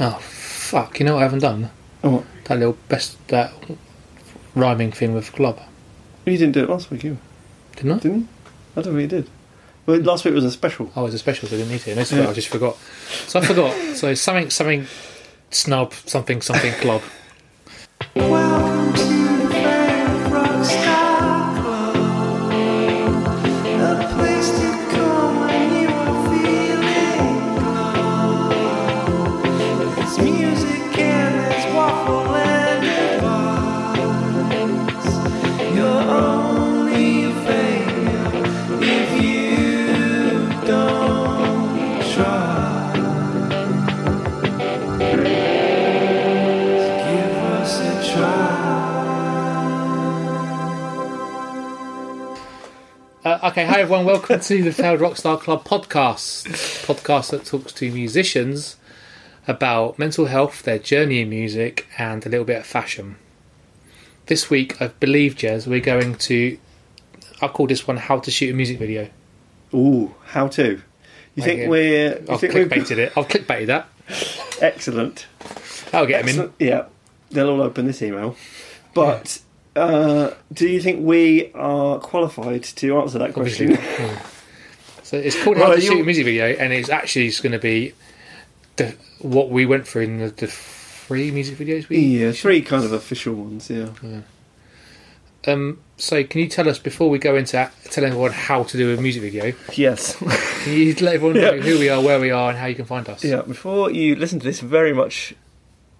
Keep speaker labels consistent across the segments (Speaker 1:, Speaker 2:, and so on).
Speaker 1: Oh, fuck. You know what I haven't done?
Speaker 2: Oh, what?
Speaker 1: That little best, that rhyming thing with club.
Speaker 2: You didn't do it last week, you
Speaker 1: Didn't I?
Speaker 2: didn't. You? I don't think you did. Well, last week was a special.
Speaker 1: Oh, it was a special, so I didn't need to. And this is what I just forgot. So I forgot. so something, something, snub, something, something, club.
Speaker 3: Welcome to the Frank Rockstar Club, a place to come when you are feeling low. There's music and there's waffle and advice. You're only a failure if you don't try. Give us a try.
Speaker 1: Uh, okay, hi everyone. Welcome to the Failed Rockstar Club podcast, podcast that talks to musicians about mental health, their journey in music, and a little bit of fashion. This week, I believe, Jez, we're going to. I call this one "How to Shoot a Music Video."
Speaker 2: Ooh, how to? You think
Speaker 1: it.
Speaker 2: we're? You
Speaker 1: I've
Speaker 2: think we're
Speaker 1: clickbaited it. I've clickbaited that.
Speaker 2: excellent?
Speaker 1: That'll get him in.
Speaker 2: So- yeah, they'll all open this email. But uh, do you think we are qualified to answer that question?
Speaker 1: So it's called
Speaker 2: Well,
Speaker 1: How to
Speaker 2: you-
Speaker 1: Shoot a Music Video, and it's actually going to be the, what we went through in the, the three music videos we
Speaker 2: yeah, three kind of official ones. Yeah.
Speaker 1: Um, so, can you tell us before we go into tell everyone how to do a music video?
Speaker 2: Yes.
Speaker 1: Can you let everyone know
Speaker 2: Yeah.
Speaker 1: who we are, where we are, and how you can find us?
Speaker 2: Yeah, before you listen to this very much,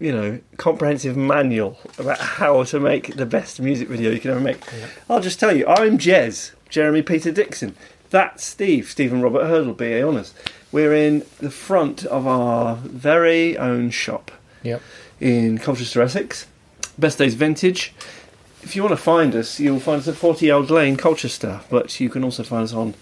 Speaker 2: you know, comprehensive manual about how to make the best music video you can ever make, I'll just tell you I'm Jez, Jeremy Peter Dixon. That's Steve, Stephen Robert Hurdle, BA Honours. We're in the front of our very own shop
Speaker 1: Yep.
Speaker 2: in Colchester, Essex. Best Days Vintage. If you want to find us, you'll find us at 40 Old Lane, Colchester, but you can also find us on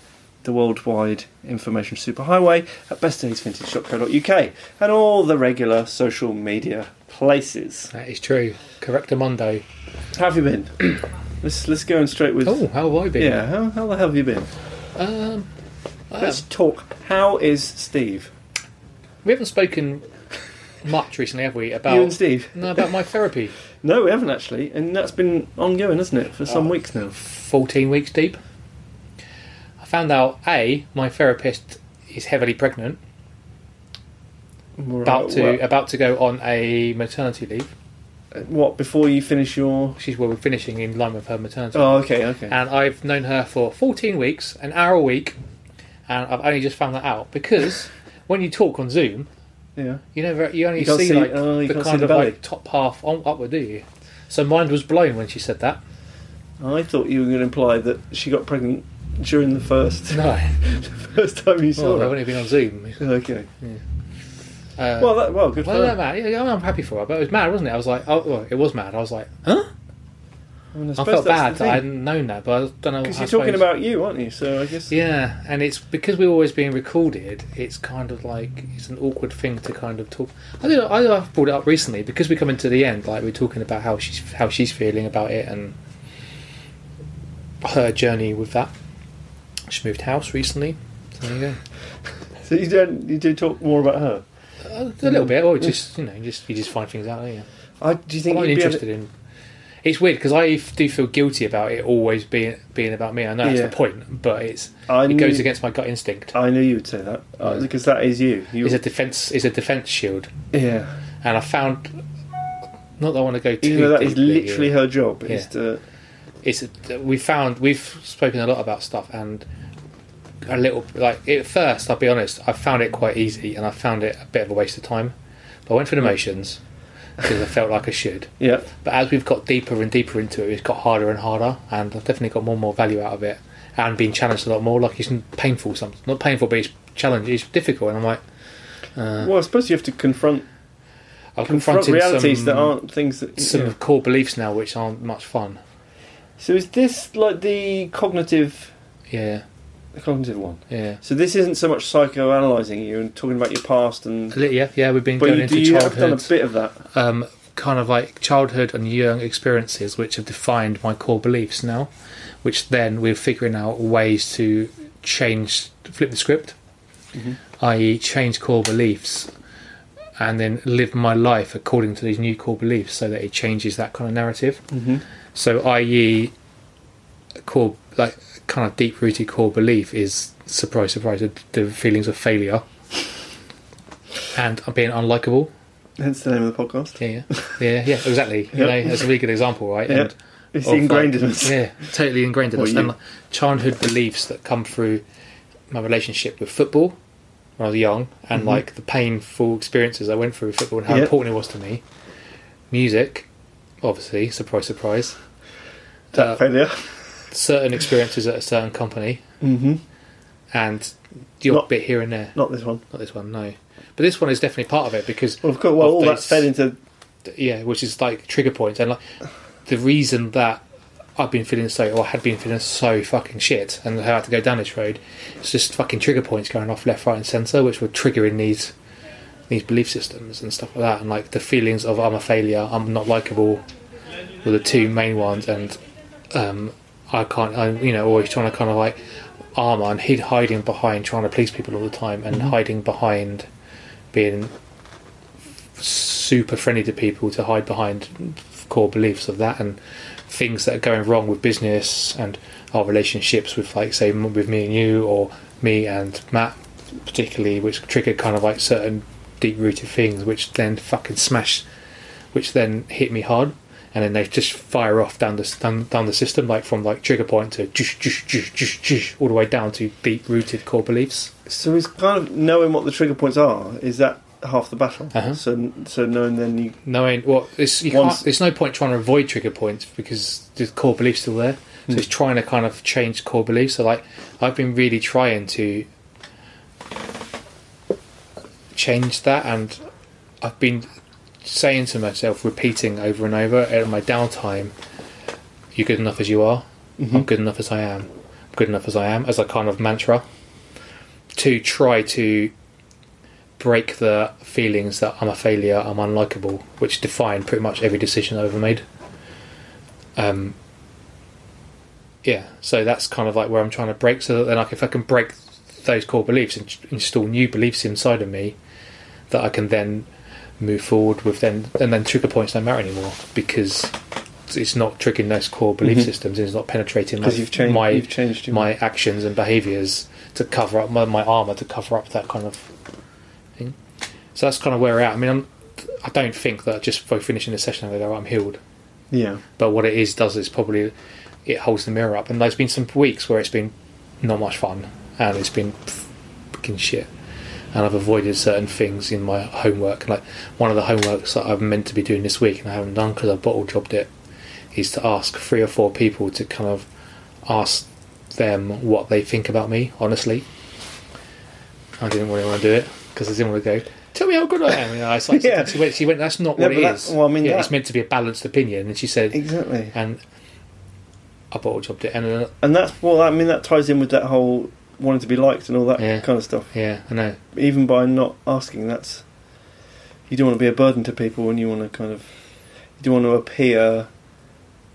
Speaker 2: the worldwide information superhighway at bestdaysvintage.co.uk and all the regular social media places.
Speaker 1: That is true. Correctamundo.
Speaker 2: How have you been? let's let's go in straight with.
Speaker 1: Oh, how have I been?
Speaker 2: Yeah, how, how the hell have you been?
Speaker 1: Um,
Speaker 2: Let's talk. How is Steve?
Speaker 1: we haven't spoken much recently, have we? About
Speaker 2: You and Steve?
Speaker 1: no, about my therapy.
Speaker 2: No, we haven't actually, and that's been ongoing, hasn't it, for
Speaker 1: Uh,
Speaker 2: some weeks now?
Speaker 1: Fourteen weeks deep. I found out a my therapist is heavily pregnant,
Speaker 2: Right,
Speaker 1: about to
Speaker 2: well,
Speaker 1: about to go on a maternity leave.
Speaker 2: what before you finish your
Speaker 1: She's well, we're finishing in line with her maternity.
Speaker 2: Oh, okay, okay.
Speaker 1: and I've known her for 14 weeks, an hour a week, and I've only just found that out because when you talk on Zoom,
Speaker 2: yeah.
Speaker 1: you never you only
Speaker 2: You can't
Speaker 1: see,
Speaker 2: see-
Speaker 1: like
Speaker 2: oh, you
Speaker 1: the
Speaker 2: can't
Speaker 1: kind
Speaker 2: see
Speaker 1: of
Speaker 2: the belly.
Speaker 1: like top half on upward, do you? So mind was blown when she said that.
Speaker 2: I thought you were going to imply that she got pregnant during the first
Speaker 1: No,
Speaker 2: first time you saw
Speaker 1: well, I've
Speaker 2: her.
Speaker 1: only been on Zoom.
Speaker 2: Okay.
Speaker 1: Uh,
Speaker 2: Well, that, well, good for
Speaker 1: well, no,
Speaker 2: her.
Speaker 1: man, yeah, yeah, I'm happy for her, but it was mad, wasn't it? I was like, oh, well, it was mad. I was like, huh?
Speaker 2: I, mean, I
Speaker 1: I
Speaker 2: suppose
Speaker 1: felt
Speaker 2: that's
Speaker 1: bad
Speaker 2: the
Speaker 1: that I
Speaker 2: thing.
Speaker 1: hadn't known that, but I don't know.
Speaker 2: Because
Speaker 1: I
Speaker 2: you're talking
Speaker 1: suppose-
Speaker 2: about you, aren't you? So I guess.
Speaker 1: Yeah, and it's because we're always being recorded. It's kind of like it's an awkward thing to kind of talk. I think I think I've brought it up recently because we're coming to the end. Like we're talking about how she's how she's feeling about it and her journey with that. She moved house recently. So there you
Speaker 2: So you don't you do talk more about
Speaker 1: go. Uh, A
Speaker 2: her. Mm.
Speaker 1: little bit, or just you know, just you just find things out, don't you?
Speaker 2: I do you
Speaker 1: I'm
Speaker 2: think
Speaker 1: not
Speaker 2: you'd be able
Speaker 1: interested
Speaker 2: to,
Speaker 1: in. It's weird because I f- do feel guilty about it always being being about me. I know that's
Speaker 2: Yeah.
Speaker 1: the point, but it's
Speaker 2: I
Speaker 1: it
Speaker 2: knew,
Speaker 1: goes against my gut instinct.
Speaker 2: I knew you would say that uh,
Speaker 1: Yeah.
Speaker 2: because that is you. you
Speaker 1: It's a defense. It's a defense shield.
Speaker 2: yeah.
Speaker 1: and I found not that I want to go too.
Speaker 2: You know that is
Speaker 1: deeply here.
Speaker 2: literally her job. Is
Speaker 1: Yeah.
Speaker 2: to
Speaker 1: It's we found we've spoken a lot about stuff and a little like at first I'll be honest I found it quite easy and I found it a bit of a waste of time. But I went through the motions because I felt like I should.
Speaker 2: yeah.
Speaker 1: But as we've got deeper and deeper into it, it's got harder and harder, and I've definitely got more and more value out of it and been challenged a lot more. Like it's painful, something not painful, but it's challenging. It's difficult, and I'm like
Speaker 2: well, I suppose you have to confront
Speaker 1: I've
Speaker 2: confront
Speaker 1: Uh, confronted
Speaker 2: realities
Speaker 1: some,
Speaker 2: that aren't things that.
Speaker 1: some
Speaker 2: yeah.
Speaker 1: core beliefs now which aren't much fun.
Speaker 2: So is this like the cognitive
Speaker 1: Yeah,
Speaker 2: the cognitive one?
Speaker 1: yeah.
Speaker 2: So this isn't so much psychoanalyzing you and talking about your past and.
Speaker 1: A li- Yeah, yeah, we've been
Speaker 2: But
Speaker 1: going
Speaker 2: you, do
Speaker 1: into
Speaker 2: you have done a
Speaker 1: childhood,
Speaker 2: bit of that?
Speaker 1: um, kind of like childhood and young experiences, which have defined my core beliefs now. Which then we're figuring out ways to change, flip the script, i.e., change core beliefs and then live my life according to these new core beliefs so that it changes that kind of narrative.
Speaker 2: Mm-hmm.
Speaker 1: So, i.e., core like kind of deep rooted core belief is surprise, surprise, the, the feelings of failure and being unlikable.
Speaker 2: Hence the name of the podcast.
Speaker 1: Yeah, yeah, yeah, yeah exactly. You
Speaker 2: Yep.
Speaker 1: know, that's a really good example, right?
Speaker 2: Yeah.
Speaker 1: And
Speaker 2: It's
Speaker 1: of,
Speaker 2: ingrained
Speaker 1: like,
Speaker 2: in us.
Speaker 1: Yeah, totally ingrained in
Speaker 2: Or
Speaker 1: us.
Speaker 2: you.
Speaker 1: And like, childhood beliefs that come through my relationship with football when I was young, and
Speaker 2: Mhm.
Speaker 1: like the painful experiences I went through with football and how
Speaker 2: Yeah.
Speaker 1: important it was to me. Music, obviously, surprise, surprise.
Speaker 2: That
Speaker 1: Uh,
Speaker 2: failure.
Speaker 1: certain experiences at a certain company,
Speaker 2: Mm-hmm.
Speaker 1: and your
Speaker 2: Not-
Speaker 1: bit here and there.
Speaker 2: Not this one.
Speaker 1: Not this one, no. But this one is definitely part of it because
Speaker 2: Well, of course, well
Speaker 1: Of
Speaker 2: all
Speaker 1: those-
Speaker 2: that's fed into
Speaker 1: yeah, which is like trigger points, and like the reason that I've been feeling so, or had been feeling so fucking shit, and how I had to go down this road, it's just fucking trigger points going off left, right, and centre, which were triggering these these belief systems and stuff like that, and like the feelings of I'm a failure, I'm not likable, were the two main ones, and um, I can't, I, you know, always trying to kind of like armour and hid hiding behind trying to please people all the time, and hiding behind being super friendly to people to hide behind core beliefs of that and things that are going wrong with business and our relationships with like say m- with me and you or me and Matt particularly which triggered kind of like certain deep rooted things which then fucking smash which then hit me hard and then they just fire off down the s- down, down the system like from like trigger point to jush, jush, jush, jush, jush, all the way down to deep rooted core beliefs
Speaker 2: So it's kind of knowing what the trigger points are. Is that half the battle?
Speaker 1: Uh-huh.
Speaker 2: So so knowing then you
Speaker 1: knowing well, it's you
Speaker 2: Once-
Speaker 1: can't, there's no point trying to avoid trigger points because the core belief's still there. So it's trying to kind of change core beliefs. So like I've been really trying to change that, and I've been saying to myself, repeating over and over at my downtime, "You're good enough as you are. I'm good enough as I am. I'm good enough as I am." As a kind of mantra to try to break the feelings that I'm a failure, I'm unlikable, which define pretty much every decision I've ever made. Um, yeah, so that's kind of like where I'm trying to break, so that then I can, if I can break those core beliefs and install new beliefs inside of me, that I can then move forward with then, and then trigger points don't matter anymore because it's not triggering those core belief
Speaker 2: Mhm.
Speaker 1: systems, it's not penetrating my,
Speaker 2: because you've changed
Speaker 1: my
Speaker 2: you've changed your
Speaker 1: my actions and behaviours to cover up my, my armour to cover up that kind of thing. So that's kind of where we're at. I mean, I'm, I don't think that just by finishing the session, I go, "Right, I'm healed.
Speaker 2: yeah
Speaker 1: But what it is does is probably it holds the mirror up. And there's been some weeks where it's been not much fun and it's been fucking shit. And I've avoided certain things in my homework. Like one of the homeworks that I'm meant to be doing this week and I haven't done because I bottle jobbed it is to ask three or four people to kind of ask them what they think about me, honestly. I didn't really want to do it because I didn't want to go. Tell me how good I am. You know, I was like,
Speaker 2: Yeah.
Speaker 1: she, went, she went. That's not
Speaker 2: Yeah,
Speaker 1: what
Speaker 2: but
Speaker 1: it
Speaker 2: that-
Speaker 1: is.
Speaker 2: well, I mean,
Speaker 1: yeah,
Speaker 2: that-
Speaker 1: it's meant to be a balanced opinion. And she said,
Speaker 2: exactly.
Speaker 1: and I bottle jobbed it. And uh,
Speaker 2: And that's well, I mean that ties in with that whole wanting to be liked and all that
Speaker 1: Yeah.
Speaker 2: kind of stuff.
Speaker 1: yeah, I know.
Speaker 2: Even by not asking, that's you don't want to be a burden to people, and you want to kind of you don't want to appear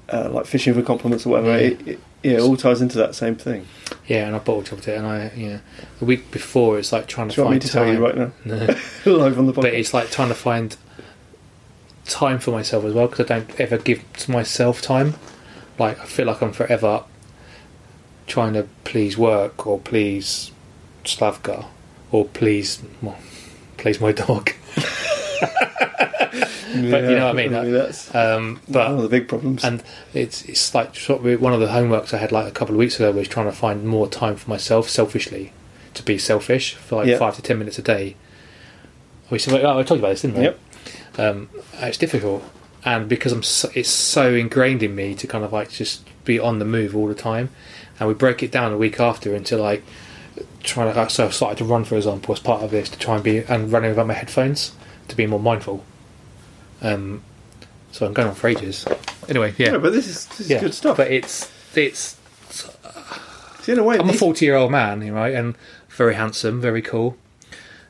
Speaker 2: uh, like fishing for compliments or whatever.
Speaker 1: Yeah.
Speaker 2: It, it, yeah, it all ties into that same thing.
Speaker 1: Yeah, and I bottle jobbed it. And I, yeah, the week before it's like trying to
Speaker 2: Do you want me
Speaker 1: find
Speaker 2: to
Speaker 1: time.
Speaker 2: tell you right now,
Speaker 1: No.
Speaker 2: live on the podcast?
Speaker 1: but it's like trying to find time for myself as well because I don't ever give to myself time. Like I feel like I'm forever trying to please work or please Slavka or please well, please my dog. but you know what I mean, like-
Speaker 2: that's
Speaker 1: Um, but
Speaker 2: one of the big problems.
Speaker 1: and it's it's like sort of one of the homeworks I had like a couple of weeks ago was trying to find more time for myself selfishly, to be selfish for like
Speaker 2: Yeah.
Speaker 1: five to ten minutes a day. We said, oh, I told you about this, didn't I?
Speaker 2: Yep.
Speaker 1: Um, it's difficult, and because I'm so, it's so ingrained in me to kind of like just be on the move all the time, and we broke it down a week after into like trying to. So I started to run, for example, as part of this to try and be and running without my headphones to be more mindful. Um, so I'm going on for ages. Anyway, yeah,
Speaker 2: No, but this is, this is
Speaker 1: yeah,
Speaker 2: good stuff.
Speaker 1: But it's it's.
Speaker 2: See, in a way,
Speaker 1: I'm a
Speaker 2: these-
Speaker 1: forty-year-old man, you know, right, and very handsome, very cool.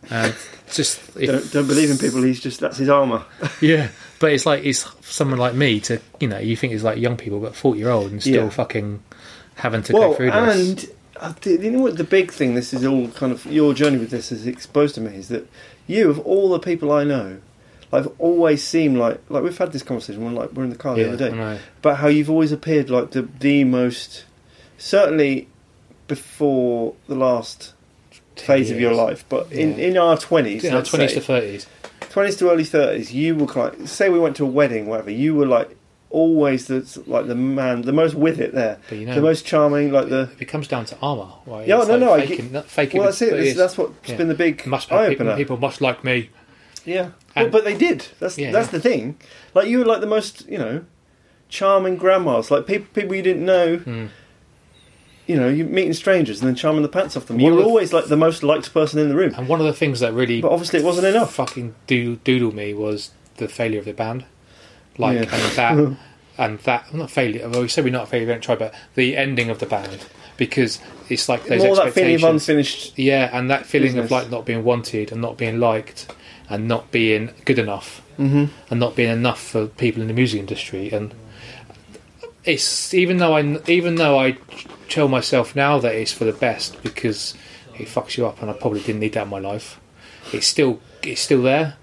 Speaker 1: And just if-
Speaker 2: don't, don't believe in people. He's just that's his armor.
Speaker 1: yeah, but it's like it's someone like me to you know you think it's like young people, but forty-year-old and still
Speaker 2: Yeah.
Speaker 1: fucking having to
Speaker 2: well,
Speaker 1: go through this.
Speaker 2: and uh, the- you know what? The big thing. This is all kind of your journey with this is exposed to me is that you of all the people I know, I've always seemed like like we've had this conversation when like we're in the car the
Speaker 1: yeah,
Speaker 2: other day
Speaker 1: I know.
Speaker 2: but how you've always appeared like the the most certainly before the last phase of your
Speaker 1: years.
Speaker 2: life but in,
Speaker 1: Yeah.
Speaker 2: in our 20s
Speaker 1: Yeah,
Speaker 2: let's
Speaker 1: 20s
Speaker 2: say,
Speaker 1: to 30s.
Speaker 2: 20s to early 30s you were like say we went to a wedding whatever you were like always the like the man the most with it there
Speaker 1: But you know,
Speaker 2: the most charming like the
Speaker 1: it comes down to armour. Right?
Speaker 2: Yeah,
Speaker 1: It's
Speaker 2: no, no, I
Speaker 1: Faking,
Speaker 2: get-
Speaker 1: not faking
Speaker 2: well that's it
Speaker 1: but
Speaker 2: This- that's what's
Speaker 1: yeah.
Speaker 2: been the big
Speaker 1: must
Speaker 2: eye
Speaker 1: be people,
Speaker 2: opener
Speaker 1: people must like me.
Speaker 2: yeah well,
Speaker 1: And-
Speaker 2: but they did that's
Speaker 1: Yeah,
Speaker 2: that's
Speaker 1: yeah.
Speaker 2: the thing like you were like the most you know charming grandmas like people people you didn't know
Speaker 1: Hmm.
Speaker 2: you know, you're meeting strangers and then charming the pants off them.
Speaker 1: One
Speaker 2: You
Speaker 1: of
Speaker 2: were
Speaker 1: the-
Speaker 2: always like the most liked person in the room.
Speaker 1: And one of the things that really
Speaker 2: But obviously it wasn't enough.
Speaker 1: fucking doo- doodle me was the failure of the band. Like
Speaker 2: Yeah.
Speaker 1: and that and that not failure. Well, we said we're not a failure, we don't try, but the ending of the band because it's like those
Speaker 2: More that feeling
Speaker 1: expectations.
Speaker 2: of unfinished.
Speaker 1: yeah, and that feeling
Speaker 2: Business.
Speaker 1: of like not being wanted and not being liked and not being good enough
Speaker 2: Mhm.
Speaker 1: and not being enough for people in the music industry and it's even though I even though I tell myself now that it's for the best because it fucks you up and I probably didn't need that in my life it's still it's still there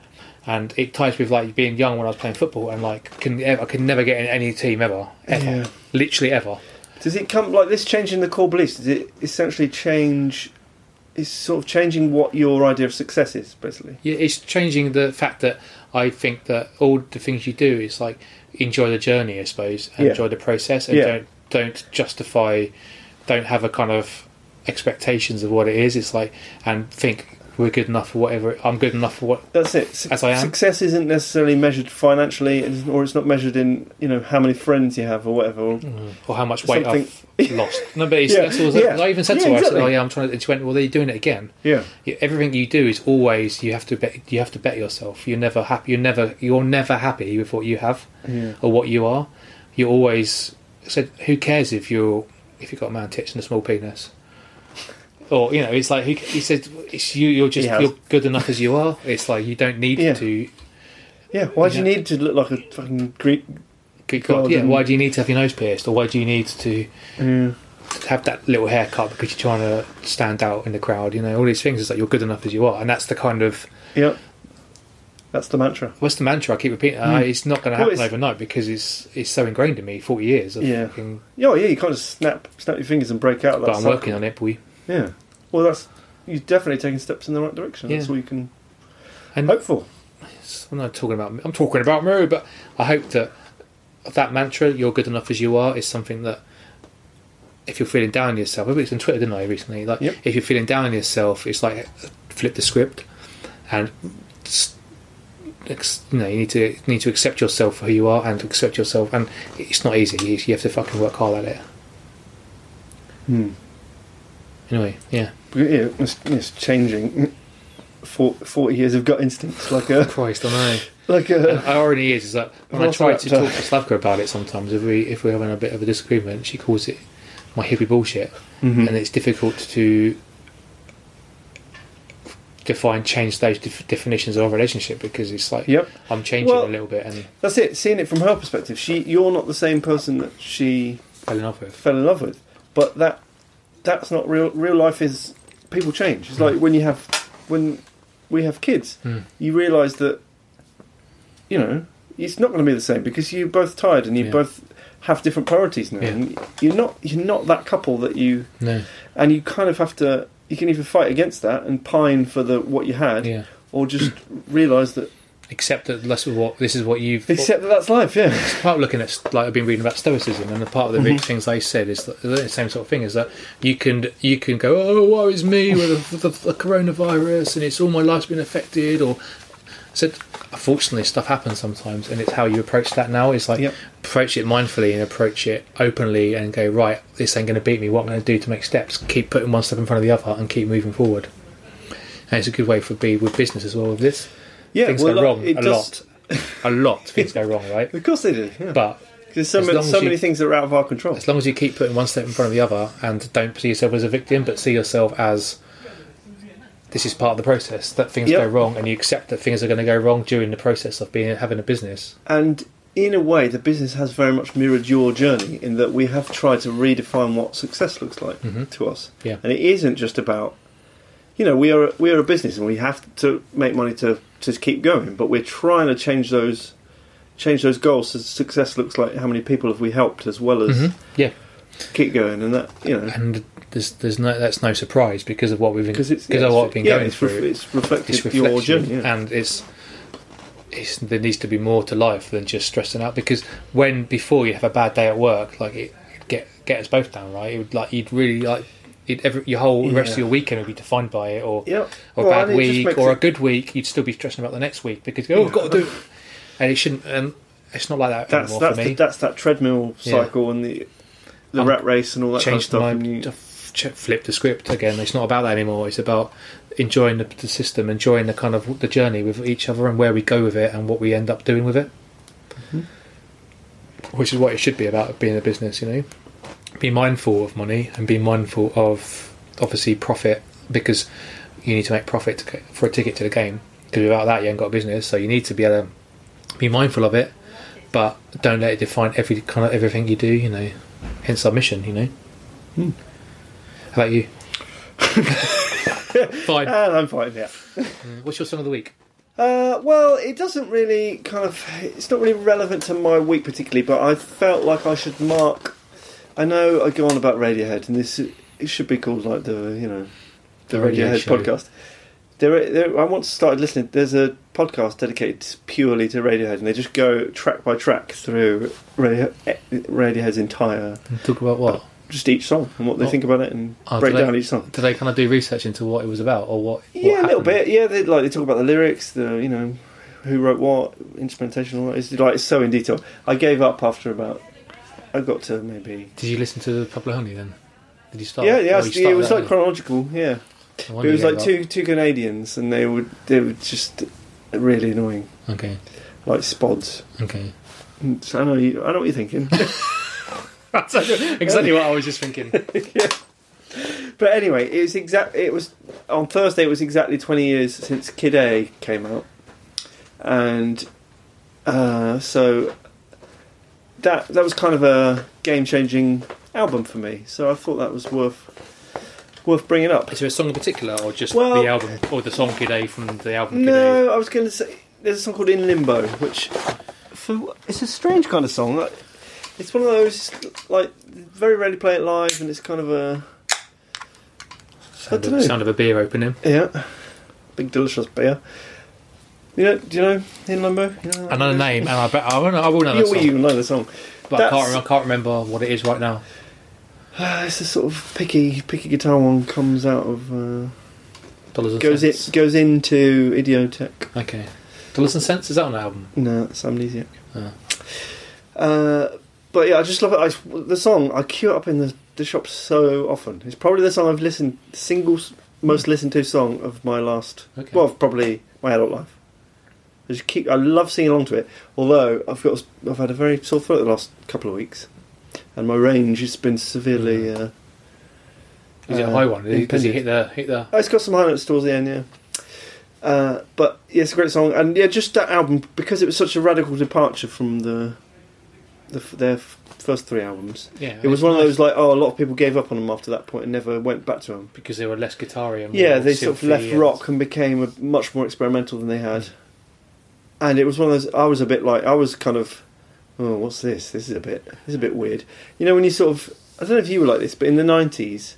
Speaker 1: and it ties with like being young when I was playing football and like can ever, I could never get in any team ever ever
Speaker 2: Yeah.
Speaker 1: literally ever
Speaker 2: Does it come like this changing the core beliefs? Does it essentially change? It's sort of changing what your idea of success is, basically.
Speaker 1: Yeah, it's changing the fact that I think that all the things you do is like enjoy the journey, I suppose, and
Speaker 2: Yeah.
Speaker 1: enjoy the process, and
Speaker 2: Yeah.
Speaker 1: don't don't justify, don't have a kind of expectations of what it is. It's like and think we're good enough for whatever I'm good enough for what.
Speaker 2: That's it. Su-
Speaker 1: As I am.
Speaker 2: Success isn't necessarily measured financially, and- or it's not measured in you know how many friends you have or whatever. Or,
Speaker 1: Or how much weight I've lost. No, but it's,
Speaker 2: Yeah.
Speaker 1: that's all.
Speaker 2: Yeah.
Speaker 1: I even said to
Speaker 2: Yeah,
Speaker 1: her,
Speaker 2: exactly.
Speaker 1: I said, "Oh yeah, I'm trying to." And she went, "Well, they're doing it again."
Speaker 2: yeah,
Speaker 1: Yeah, Everything you do is always you have to bet. You have to bet yourself. You're never happy. You're never. You're never happy with what you have.
Speaker 2: yeah,
Speaker 1: or what you are. You always said, "Who cares if you're if you've got a man tits and a small penis?" Or you know, it's like who, ca- he said, "It's you. You're just
Speaker 2: He has.
Speaker 1: you're good enough as you are." It's like you don't need
Speaker 2: Yeah.
Speaker 1: to.
Speaker 2: yeah. Why do you
Speaker 1: Yeah.
Speaker 2: need to look like a fucking Greek?
Speaker 1: Good God,
Speaker 2: God,
Speaker 1: yeah.
Speaker 2: and-
Speaker 1: Why do you need to have your nose pierced, or why do you need to
Speaker 2: Yeah.
Speaker 1: have that little haircut because you're trying to stand out in the crowd? You know, all these things is like you're good enough as you are, and that's the kind of
Speaker 2: yeah. That's the mantra.
Speaker 1: what's the mantra I keep repeating. Uh, it's not going to
Speaker 2: Hmm. Well,
Speaker 1: happen
Speaker 2: it's-
Speaker 1: overnight because it's it's so ingrained in me. Forty years of
Speaker 2: Yeah.
Speaker 1: fucking,
Speaker 2: Yeah, oh, yeah, you can't just snap snap your fingers and break out. of that
Speaker 1: but I'm
Speaker 2: cycle.
Speaker 1: working on it, boy.
Speaker 2: Yeah. Well, that's you're definitely taking steps in the right direction. That's
Speaker 1: Yeah.
Speaker 2: all you can
Speaker 1: And
Speaker 2: hope for.
Speaker 1: I'm not talking about. I'm talking about me, but I hope that that mantra "You're good enough as you are" is something that, if you're feeling down on yourself, I think it's on Twitter, didn't I recently? Like,
Speaker 2: Yep.
Speaker 1: if you're feeling down on yourself, it's like flip the script, and s- ex- you know you need to need to accept yourself for who you are and accept yourself. And it's not easy. You, you have to fucking work hard at it.
Speaker 2: Hmm.
Speaker 1: Anyway, yeah.
Speaker 2: Yeah, it's, it's changing. For, Forty years of gut instincts, like a
Speaker 1: Christ, I know.
Speaker 2: like
Speaker 1: And
Speaker 2: a.
Speaker 1: the irony is, is that when I try to
Speaker 2: Velociraptor.
Speaker 1: talk to Slavka about it sometimes, if, we, if we're having a bit of a disagreement, she calls it my hippie bullshit. And it's difficult to define, change those def- definitions of our relationship because it's like
Speaker 2: Yep,
Speaker 1: I'm changing
Speaker 2: Well-
Speaker 1: a little bit and
Speaker 2: that's it. Seeing it from her perspective, she you're not the same person that she
Speaker 1: fell in love with.
Speaker 2: fell in love with. But that that's not real. Real life is people change. It's like when you have when we have kids,
Speaker 1: Mm.
Speaker 2: you realise that you know it's not going to be the same because you're both tired and you
Speaker 1: Yeah.
Speaker 2: both have different priorities now.
Speaker 1: Yeah.
Speaker 2: And you're not you're not that couple that you
Speaker 1: No,
Speaker 2: and you kind of have to. You can either fight against that and pine for the what you had,
Speaker 1: yeah.
Speaker 2: or just realise that
Speaker 1: Except that that's what this is what you've.
Speaker 2: accept that that's life. Yeah,
Speaker 1: It's part of looking at like I've been reading about stoicism, and the part of the
Speaker 2: Mm-hmm.
Speaker 1: big things they said is that, the same sort of thing is that you can you can go, oh, woe is me with the, the, the coronavirus, and it's all my life's been affected. Or said, unfortunately, stuff happens sometimes, and it's how you approach that now. It's like
Speaker 2: Yep.
Speaker 1: approach it mindfully and approach it openly, and go right. This ain't going to beat me. What I'm going to do to make steps? Keep putting one step in front of the other, and keep moving forward. And it's a good way for be with business as well. With this,
Speaker 2: yeah.
Speaker 1: things
Speaker 2: well,
Speaker 1: go
Speaker 2: like,
Speaker 1: wrong a
Speaker 2: it does-
Speaker 1: lot, a lot. Things go wrong, right?
Speaker 2: Of course they do. Yeah.
Speaker 1: But
Speaker 2: 'Cause there's so,
Speaker 1: as
Speaker 2: many,
Speaker 1: long as
Speaker 2: so
Speaker 1: you-
Speaker 2: many things that are out of our control.
Speaker 1: as long as you keep putting one step in front of the other and don't see yourself as a victim but see yourself as this is part of the process that things
Speaker 2: Yep.
Speaker 1: go wrong and you accept that things are going to go wrong during the process of being having a business
Speaker 2: And in a way, the business has very much mirrored your journey in that we have tried to redefine what success looks like to us.
Speaker 1: Mm-hmm. Yeah.
Speaker 2: And it isn't just about you know, we are we are a business and we have to make money to to keep going. But we're trying to change those change those goals. So success looks like how many people have we helped, as well as
Speaker 1: Yeah,
Speaker 2: keep going. And that you know,
Speaker 1: and there's there's no that's no surprise because of what we've been
Speaker 2: because
Speaker 1: because
Speaker 2: it's
Speaker 1: of what we've been
Speaker 2: yeah,
Speaker 1: going
Speaker 2: it's,
Speaker 1: through.
Speaker 2: ref- it's reflected
Speaker 1: it's
Speaker 2: your
Speaker 1: reflection,
Speaker 2: journey. Yeah.
Speaker 1: and it's, it's there needs to be more to life than just stressing out. Because when before you have a bad day at work, like it it'd get get us both down, right? It would like you'd really like it every your whole the rest of
Speaker 2: Yeah.
Speaker 1: your weekend would be defined by it, or
Speaker 2: Yep.
Speaker 1: or a
Speaker 2: Well, and
Speaker 1: bad
Speaker 2: it just
Speaker 1: week,
Speaker 2: makes
Speaker 1: or a
Speaker 2: it-
Speaker 1: good week, you'd still be stressing about the next week because oh, I've got to do, it. and it shouldn't. And it's not like that
Speaker 2: that's
Speaker 1: anymore
Speaker 2: that's
Speaker 1: for me.
Speaker 2: the, that's that treadmill
Speaker 1: Yeah.
Speaker 2: cycle and the the
Speaker 1: I'm-
Speaker 2: rat race and all that kind of
Speaker 1: changed
Speaker 2: stuff.
Speaker 1: my
Speaker 2: and you-
Speaker 1: to f- ch- flip the script again. It's not about that anymore. It's about enjoying the, the system, enjoying the kind of the journey with each other, and where we go with it, and what we end up doing with it. Which is what it should be about being a business. You know, be mindful of money and be mindful of obviously profit because you need to make profit to, get- for a ticket to the game. Because without that, you ain't got a business. So you need to be able to be mindful of it, but don't let it define every kind of everything you do. You know, hence our mission. You know.
Speaker 2: Hmm.
Speaker 1: How about you? Fine.
Speaker 2: and Uh, I'm fine. Yeah.
Speaker 1: What's your song of the week?
Speaker 2: Uh, well, it doesn't really kind of. It's not really relevant to my week particularly, but I felt like I should mark. I know I go on about Radiohead, and this it should be called like the you know the
Speaker 1: The Radio
Speaker 2: Radiohead
Speaker 1: Show.
Speaker 2: podcast. There, there, I once started listening. There's a podcast dedicated purely to Radiohead, and they just go track by track through Radio, Radiohead's entire,
Speaker 1: Talk about what?
Speaker 2: just each song and what they
Speaker 1: Oh.
Speaker 2: think about it, and
Speaker 1: Oh,
Speaker 2: break
Speaker 1: do they-
Speaker 2: down each song.
Speaker 1: Did they kind of do research into what it was about or what? what
Speaker 2: Yeah, a little
Speaker 1: happened?
Speaker 2: bit. Yeah, they like they talk about the lyrics, the you know, who wrote what, instrumentation, all that. It's like it's so in detail. I gave up after about. I got to maybe.
Speaker 1: Did you listen to Pablo Honey then? Did you start?
Speaker 2: Yeah, yeah,
Speaker 1: oh,
Speaker 2: it's-
Speaker 1: you
Speaker 2: yeah,
Speaker 1: started
Speaker 2: it was
Speaker 1: that
Speaker 2: like
Speaker 1: early.
Speaker 2: chronological. Yeah,
Speaker 1: No
Speaker 2: but
Speaker 1: wonder
Speaker 2: it was
Speaker 1: you
Speaker 2: like
Speaker 1: gave
Speaker 2: two two Canadians, and they would they were just really annoying,
Speaker 1: up. Okay,
Speaker 2: like spods.
Speaker 1: okay.
Speaker 2: And So I know you. I know what you're thinking.
Speaker 1: That's exactly what I was just thinking.
Speaker 2: but anyway, it was exact. It was on Thursday. It was exactly 20 years since Kid A came out, and uh, so that that was kind of a game changing album for me. So I thought that was worth worth bringing up.
Speaker 1: Is there a song in particular, or just
Speaker 2: Well-
Speaker 1: the album, or the song "Good Day" from the album? Good Day?
Speaker 2: No, I was going to say there's a song called In Limbo, which for it's a strange kind of song. Like, it's one of those like very rarely play it live, and it's kind of a
Speaker 1: sound,
Speaker 2: dunno.
Speaker 1: of, sound of a beer opening.
Speaker 2: Yeah. Big delicious beer. You know, do you know In Limbo? You know,
Speaker 1: I know the name, and I bet I will know, I will know the
Speaker 2: You,
Speaker 1: song,
Speaker 2: you know the song.
Speaker 1: but I can't,
Speaker 2: that's-
Speaker 1: remember, I can't remember what it is right now.
Speaker 2: Ah, it's a sort of picky, picky guitar one. Comes out of uh,
Speaker 1: Dollars and
Speaker 2: goes
Speaker 1: cents.
Speaker 2: it goes into Idiotech.
Speaker 1: Okay, dollars and cents is that on the album?
Speaker 2: No, that's amnesiac.
Speaker 1: Ah.
Speaker 2: Uh, but yeah, I just love it. I, the song I queue it up in the, the shop so often. It's probably the song I've listened single s- most listened to song of my last
Speaker 1: Okay.
Speaker 2: well probably my adult life. I just keep I love singing along to it. Although I've got I've had a very sore throat the last couple of weeks, and my range has been severely.
Speaker 1: Mm.
Speaker 2: Uh,
Speaker 1: Is it a
Speaker 2: uh,
Speaker 1: high one? Does he
Speaker 2: impinged.
Speaker 1: hit the hit the?
Speaker 2: Oh, it's got some highlights towards the end, yeah. Uh, but yeah, it's a great song, and yeah, just that album because it was such a radical departure from the, the f- their f- first three albums.
Speaker 1: Yeah,
Speaker 2: It was one of those like, oh, a lot of people gave up on them after that point and never went back to them.
Speaker 1: because they were less guitar and
Speaker 2: Yeah,
Speaker 1: more
Speaker 2: they sort of
Speaker 1: sylphy
Speaker 2: left
Speaker 1: and-
Speaker 2: rock and became a, much more experimental than they had. And it was one of those. I was a bit like I was kind of, oh, what's this? This is a bit. This is a bit weird. You know, when you sort of, I don't know if you were like this, but in the nineties,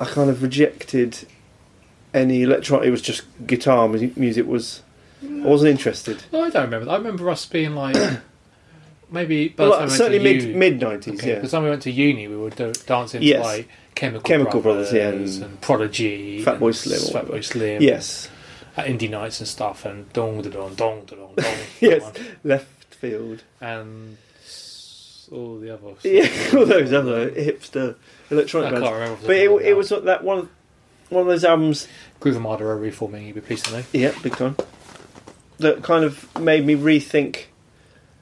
Speaker 2: I kind of rejected any electronic. It was just guitar mu- music. Was I wasn't interested.
Speaker 1: No, I don't remember. that. I remember us being like maybe by
Speaker 2: But
Speaker 1: the
Speaker 2: like,
Speaker 1: time we went
Speaker 2: certainly
Speaker 1: to
Speaker 2: mid
Speaker 1: uni-
Speaker 2: mid nineties.
Speaker 1: Okay, by
Speaker 2: Yeah.
Speaker 1: the time we went to uni, we were do- dancing
Speaker 2: Yes.
Speaker 1: to like Chemical,
Speaker 2: Chemical
Speaker 1: Brothers,
Speaker 2: Brothers, yeah,
Speaker 1: and,
Speaker 2: and
Speaker 1: Prodigy,
Speaker 2: Fatboy
Speaker 1: and
Speaker 2: Slim or
Speaker 1: Fatboy
Speaker 2: whatever.
Speaker 1: Slim,
Speaker 2: Yes.
Speaker 1: at indie nights and stuff, and dong da dong dong da dong dong,
Speaker 2: Yes. Left field.
Speaker 1: and s- all the others.
Speaker 2: Yeah. All those other hipster
Speaker 1: I
Speaker 2: electronic
Speaker 1: can't
Speaker 2: bands.
Speaker 1: remember. off the
Speaker 2: But it,
Speaker 1: top of my
Speaker 2: it
Speaker 1: head.
Speaker 2: was that one, one of those albums.
Speaker 1: Groove Armada are reforming. You'd be pleased to know.
Speaker 2: Yeah, big time. That kind of made me rethink,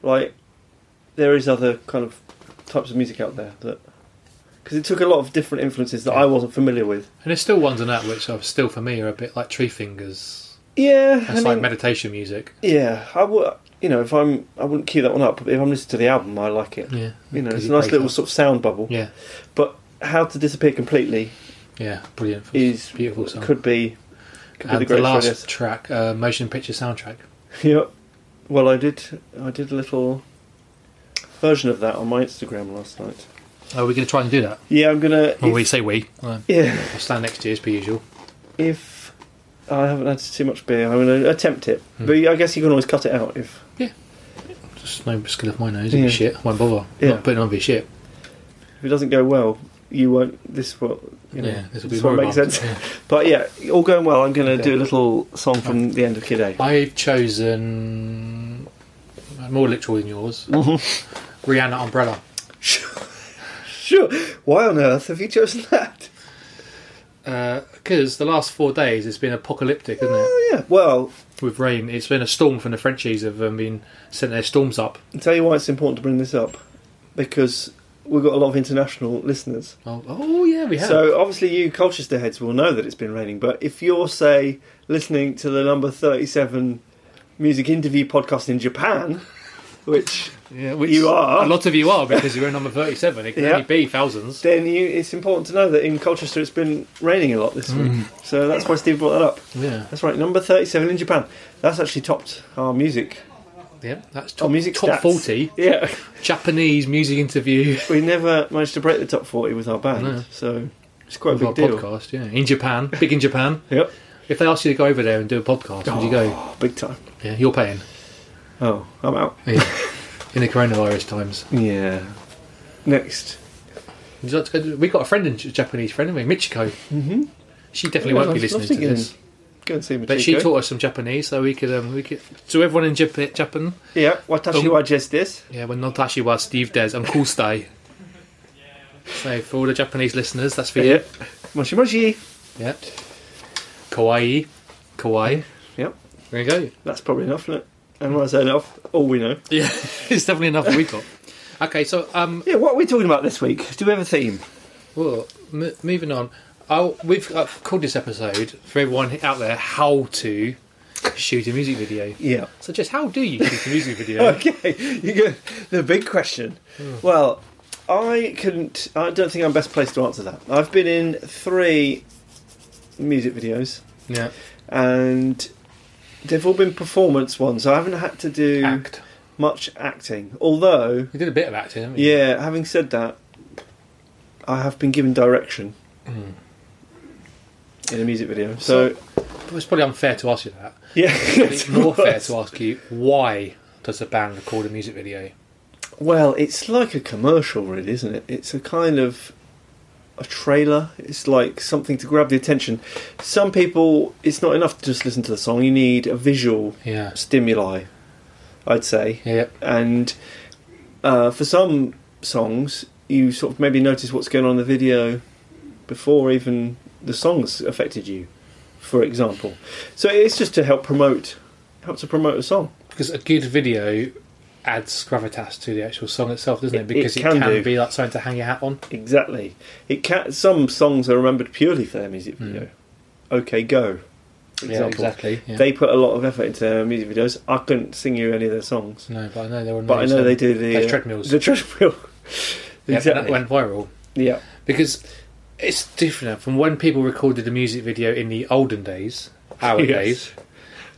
Speaker 2: like, there is other kind of types of music out there that, because it took a lot of different influences that I wasn't familiar with.
Speaker 1: And there's still ones on that which are still for me are a bit like Tree Fingers.
Speaker 2: Yeah,
Speaker 1: That's
Speaker 2: I
Speaker 1: like
Speaker 2: mean,
Speaker 1: meditation music.
Speaker 2: yeah. I would, you know, if I'm, I wouldn't queue that one up. But if I'm listening to the album, I like it.
Speaker 1: Yeah,
Speaker 2: You know,
Speaker 1: 'Cause
Speaker 2: it's a
Speaker 1: you
Speaker 2: nice
Speaker 1: break
Speaker 2: little
Speaker 1: up.
Speaker 2: sort of sound bubble.
Speaker 1: Yeah,
Speaker 2: But how to disappear completely
Speaker 1: Yeah, brilliant.
Speaker 2: is
Speaker 1: beautiful song.
Speaker 2: could be could be
Speaker 1: and
Speaker 2: the
Speaker 1: the,
Speaker 2: great
Speaker 1: last
Speaker 2: last...
Speaker 1: track, uh, motion picture soundtrack.
Speaker 2: Yep. Well, I did I did a little version of that on my Instagram last night.
Speaker 1: Are we going to try and do that?
Speaker 2: Yeah, I'm gonna.
Speaker 1: When
Speaker 2: if-
Speaker 1: we say we, uh,
Speaker 2: yeah,
Speaker 1: I'll stand next to you as per usual.
Speaker 2: if I haven't had too much beer, I'm gonna attempt it.
Speaker 1: Hmm.
Speaker 2: But I guess you can always cut it out if.
Speaker 1: Just no skill of my nose. It'd
Speaker 2: Yeah.
Speaker 1: be shit. I won't bother.
Speaker 2: Yeah.
Speaker 1: Not putting on be shit.
Speaker 2: if it doesn't go well, you won't. This will, you know,
Speaker 1: Yeah, this will be
Speaker 2: this will
Speaker 1: more
Speaker 2: make
Speaker 1: advanced,
Speaker 2: sense. But yeah, all going well. I'm going to
Speaker 1: Okay.
Speaker 2: do a little song from the end of Kid A.
Speaker 1: I've chosen uh, more literal than yours.
Speaker 2: Mm-hmm.
Speaker 1: Rihanna Umbrella.
Speaker 2: Sure. Why on earth have you chosen that?
Speaker 1: Because Uh, the last four days it's been apocalyptic, isn't it?
Speaker 2: Oh yeah. Well,
Speaker 1: With rain, it's been a storm from the Frenchies have um, been sent their storms up.
Speaker 2: I'll tell you why it's important to bring this up because we've got a lot of international listeners.
Speaker 1: Oh, oh yeah, we have.
Speaker 2: So obviously, you Colchester heads will know that it's been raining. But if you're say listening to the number thirty-seven music interview podcast in Japan, which
Speaker 1: yeah,
Speaker 2: you are.
Speaker 1: A lot of you are because you're in number thirty-seven. It can
Speaker 2: Yeah.
Speaker 1: only be thousands.
Speaker 2: then you, it's important to know that in Colchester it's been raining a lot this week.
Speaker 1: Mm.
Speaker 2: So that's why Steve brought that up.
Speaker 1: Yeah,
Speaker 2: That's right, number 37 in Japan. That's actually topped our music.
Speaker 1: yeah. That's
Speaker 2: Our
Speaker 1: top
Speaker 2: Oh, music
Speaker 1: top
Speaker 2: stats.
Speaker 1: forty
Speaker 2: Yeah,
Speaker 1: Japanese music interview
Speaker 2: we never managed to break the top 40 with our band,
Speaker 1: No.
Speaker 2: so it's quite a
Speaker 1: of our
Speaker 2: big deal.
Speaker 1: podcast. Yeah, in Japan, big in Japan.
Speaker 2: Yep.
Speaker 1: If they asked you to go over there and do a podcast, would you go?
Speaker 2: Oh, big time.
Speaker 1: Yeah, you're paying
Speaker 2: Oh, I'm out.
Speaker 1: in the coronavirus times.
Speaker 2: Yeah. Next.
Speaker 1: Would you like to go to- we got a friend in J- Japanese friend, haven't we? Michiko. Mm-hmm. She definitely
Speaker 2: Yeah,
Speaker 1: won't be
Speaker 2: I'd love
Speaker 1: listening to
Speaker 2: to get
Speaker 1: this.
Speaker 2: Go and see Machiko.
Speaker 1: But she taught us some Japanese, so we could um, we could. So everyone in Jap- Japan,
Speaker 2: Yeah, watashi
Speaker 1: Um,
Speaker 2: wa just this.
Speaker 1: yeah, when Notashi was Steve Des, Uncle Stay. So for all the Japanese listeners, that's for
Speaker 2: Yep. Moshi moshi.
Speaker 1: you. Yep. Kawaii, kawaii.
Speaker 2: Yep.
Speaker 1: There you go.
Speaker 2: That's probably enough, isn't it? And when I say enough, all we know.
Speaker 1: Yeah, it's definitely enough that we got. Okay, so um,
Speaker 2: Yeah, what are we talking about this week? Do we have a theme?
Speaker 1: Well, m- moving on. I'll, we've uh, called this episode for everyone out there how to shoot a music video.
Speaker 2: Yeah.
Speaker 1: So, just how do you shoot a music video?
Speaker 2: okay, you get the big question. Well, I couldn't. I don't think I'm best placed to answer that. I've been in three music videos,
Speaker 1: yeah,
Speaker 2: and they've all been performance ones. So I haven't had to do
Speaker 1: act.
Speaker 2: much acting. Although,
Speaker 1: You did a bit of acting, haven't you?
Speaker 2: yeah, having said that, I have been given direction
Speaker 1: Hmm.
Speaker 2: in a music video. So,
Speaker 1: It's probably unfair to ask you that.
Speaker 2: yeah,
Speaker 1: It's more fair to ask you why does a band record a music video?
Speaker 2: Well, it's like a commercial, really, isn't it? It's a kind of a trailer. It's like something to grab the attention. Some people, it's not enough to just listen to the song. You need a visual
Speaker 1: Yeah.
Speaker 2: stimuli, I'd say.
Speaker 1: Yep.
Speaker 2: And uh, for some songs, you sort of maybe notice what's going on in the video before even the songs affected you, for example. So it's just to help promote, help to promote a song.
Speaker 1: Because a good video adds gravitas to the actual song itself, doesn't
Speaker 2: It-
Speaker 1: it? Because
Speaker 2: it
Speaker 1: it,
Speaker 2: can
Speaker 1: can,
Speaker 2: do.
Speaker 1: be like something to hang your hat on.
Speaker 2: Exactly. It can, some songs are remembered purely for their music video. Okay, go. For
Speaker 1: Hmm. Yeah,
Speaker 2: example.
Speaker 1: exactly. Yeah.
Speaker 2: They put a lot of effort into their music videos. I couldn't sing you any of their songs,
Speaker 1: no, but I know they were.
Speaker 2: but I know
Speaker 1: amazing.
Speaker 2: they do the
Speaker 1: Those
Speaker 2: uh,
Speaker 1: treadmills.
Speaker 2: The treadmill.
Speaker 1: Yeah,
Speaker 2: exactly.
Speaker 1: That went viral.
Speaker 2: yeah.
Speaker 1: because it's different from when people recorded a music video in the olden days, our
Speaker 2: Yes.
Speaker 1: days,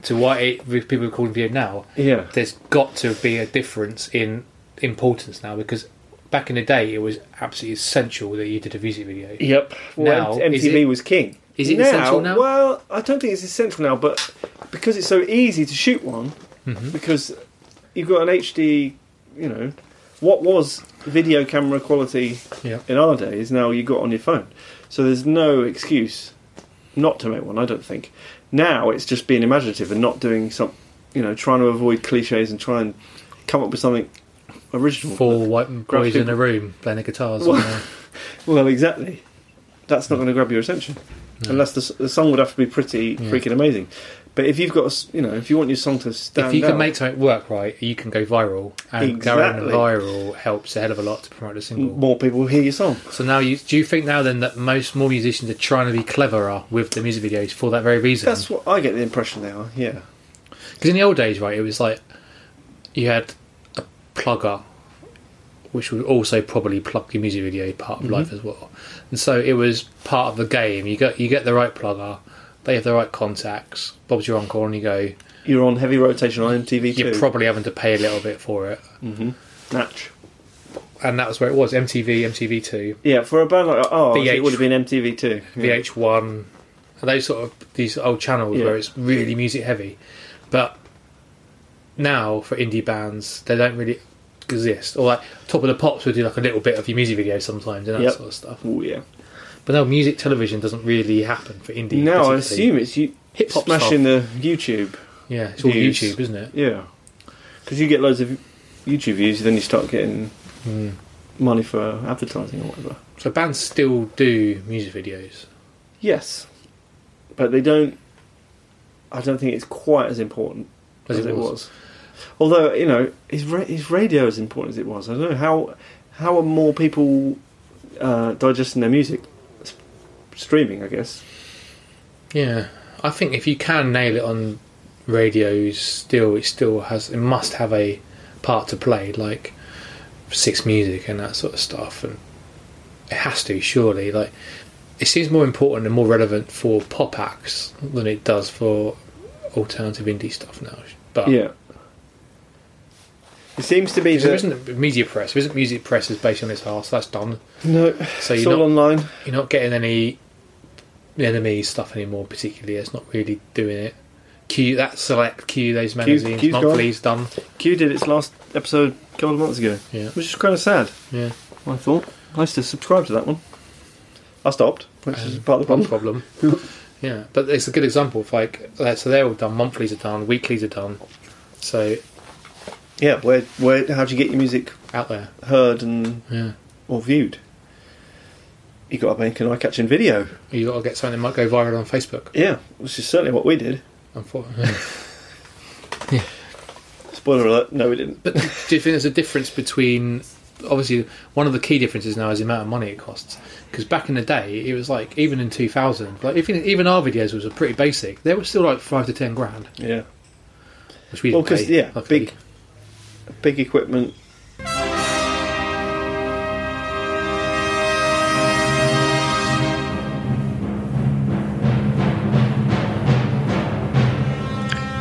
Speaker 1: to what it, people record video now.
Speaker 2: Yeah.
Speaker 1: There's got to be a difference in importance now because back in the day it was absolutely essential that you did a music video.
Speaker 2: Yep. Well,
Speaker 1: Now,
Speaker 2: M-
Speaker 1: is
Speaker 2: MTV
Speaker 1: it-
Speaker 2: was king.
Speaker 1: is it essential now?
Speaker 2: Well, I don't think it's essential now, but because it's so easy to shoot one,
Speaker 1: Mm-hmm.
Speaker 2: because you've got an HD, you know, what was video camera quality
Speaker 1: Yeah.
Speaker 2: in our days now you got on your phone. So there's no excuse not to make one, I don't think. Now it's just being imaginative and not doing some, you know, trying to avoid cliches and try and come up with something original.
Speaker 1: Four white
Speaker 2: Grab
Speaker 1: boys in
Speaker 2: people.
Speaker 1: a room playing the guitars.
Speaker 2: Well-
Speaker 1: on a-
Speaker 2: Well, exactly. That's not going to grab your attention, unless the, s- the song would have to be pretty
Speaker 1: Yeah.
Speaker 2: freaking amazing. But if you've got, a s- you know, if you want your song to stand
Speaker 1: if you
Speaker 2: out,
Speaker 1: can make something work right, you can go viral, and
Speaker 2: Exactly. Mm.
Speaker 1: going viral helps a hell of a lot to promote a single.
Speaker 2: more people will hear your song.
Speaker 1: So now, you, do you think now then that most more musicians are trying to be cleverer with the music videos for that very reason?
Speaker 2: That's what I get the impression they are. Yeah,
Speaker 1: Because in the old days, right, it was like you had a plugger which would also probably plug your music video part of life as well. And so it was part of the game. You get you get the right plugger, they have the right contacts. Bob's your uncle, and you go.
Speaker 2: You're on heavy rotation on MTV
Speaker 1: You're
Speaker 2: too.
Speaker 1: probably having to pay a little bit for it,
Speaker 2: Natch.
Speaker 1: and that was where it was. MTV, MTV Two,
Speaker 2: Yeah, for a band like oh, it
Speaker 1: VH.
Speaker 2: would have been MTV too.
Speaker 1: VH1, and those sort of these old channels
Speaker 2: Yeah.
Speaker 1: where it's really music heavy. But now for indie bands, they don't really exist. Or like Top of the Pops would do like a little bit of your music video sometimes and that
Speaker 2: Yep.
Speaker 1: sort of stuff.
Speaker 2: Oh yeah.
Speaker 1: But no, music television doesn't really happen for indie.
Speaker 2: Now I
Speaker 1: particularly.
Speaker 2: assume it's you hip
Speaker 1: Hip-hop
Speaker 2: smashing the YouTube.
Speaker 1: yeah, it's all
Speaker 2: views.
Speaker 1: YouTube, isn't it?
Speaker 2: Yeah, because you get loads of YouTube views, then you start getting Hmm. money for advertising or whatever.
Speaker 1: So bands still do music videos.
Speaker 2: Yes, but they don't. I don't think it's quite as important as, it was. Although you know, is ra- is radio as important as it was? I don't know how how are more people uh, digesting their music S- streaming? I guess.
Speaker 1: Yeah, I think if you can nail it on radios, still it still has it must have a part to play, like six music and that sort of stuff, and it has to surely. Like it seems more important and more relevant for pop acts than it does for alternative indie stuff now. But
Speaker 2: Yeah. Ah. It seems to be
Speaker 1: Because there
Speaker 2: that
Speaker 1: isn't media press. There isn't music press is based on its arse. That's done.
Speaker 2: no,
Speaker 1: So
Speaker 2: it's
Speaker 1: you're
Speaker 2: all
Speaker 1: not,
Speaker 2: online.
Speaker 1: you're not getting any enemy stuff anymore. Particularly, it's not really doing it. Q that select Q those magazines
Speaker 2: Q's gone.
Speaker 1: monthly's done.
Speaker 2: Q did its last episode a couple of months ago,
Speaker 1: Yeah,
Speaker 2: which is kind of sad.
Speaker 1: yeah.
Speaker 2: I thought I used to subscribe to that one. I stopped, which is
Speaker 1: Um,
Speaker 2: part of the
Speaker 1: One
Speaker 2: problem.
Speaker 1: problem. yeah, but it's a good example of like uh, so they're all done. Monthlies are done. Weeklies are done. So
Speaker 2: Yeah, where where how do you get your music
Speaker 1: out there.
Speaker 2: heard and
Speaker 1: Yeah,
Speaker 2: or viewed? You got to make an eye-catching video.
Speaker 1: you got to get something that might go viral on Facebook.
Speaker 2: Yeah, which is certainly what we did.
Speaker 1: Unfortunately.
Speaker 2: Spoiler alert: No, we didn't.
Speaker 1: But do you think there's a difference between? Obviously, one of the key differences now is the amount of money it costs. Because back in the day, it was like even in 2000, like even even our videos was pretty basic. They were still like five to ten grand,
Speaker 2: Yeah,
Speaker 1: which we
Speaker 2: Well,
Speaker 1: didn't
Speaker 2: 'cause,
Speaker 1: pay,
Speaker 2: yeah,
Speaker 1: luckily.
Speaker 2: big- big equipment.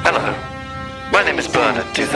Speaker 4: Hello. My name is Bernard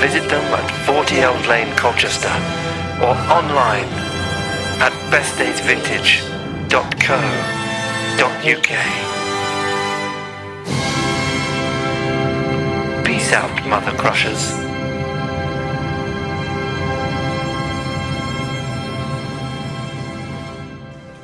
Speaker 4: visit them at 40 Elm Lane, Colchester, or online at bestdaysvintage.co.uk. Peace out, Mother Crushers.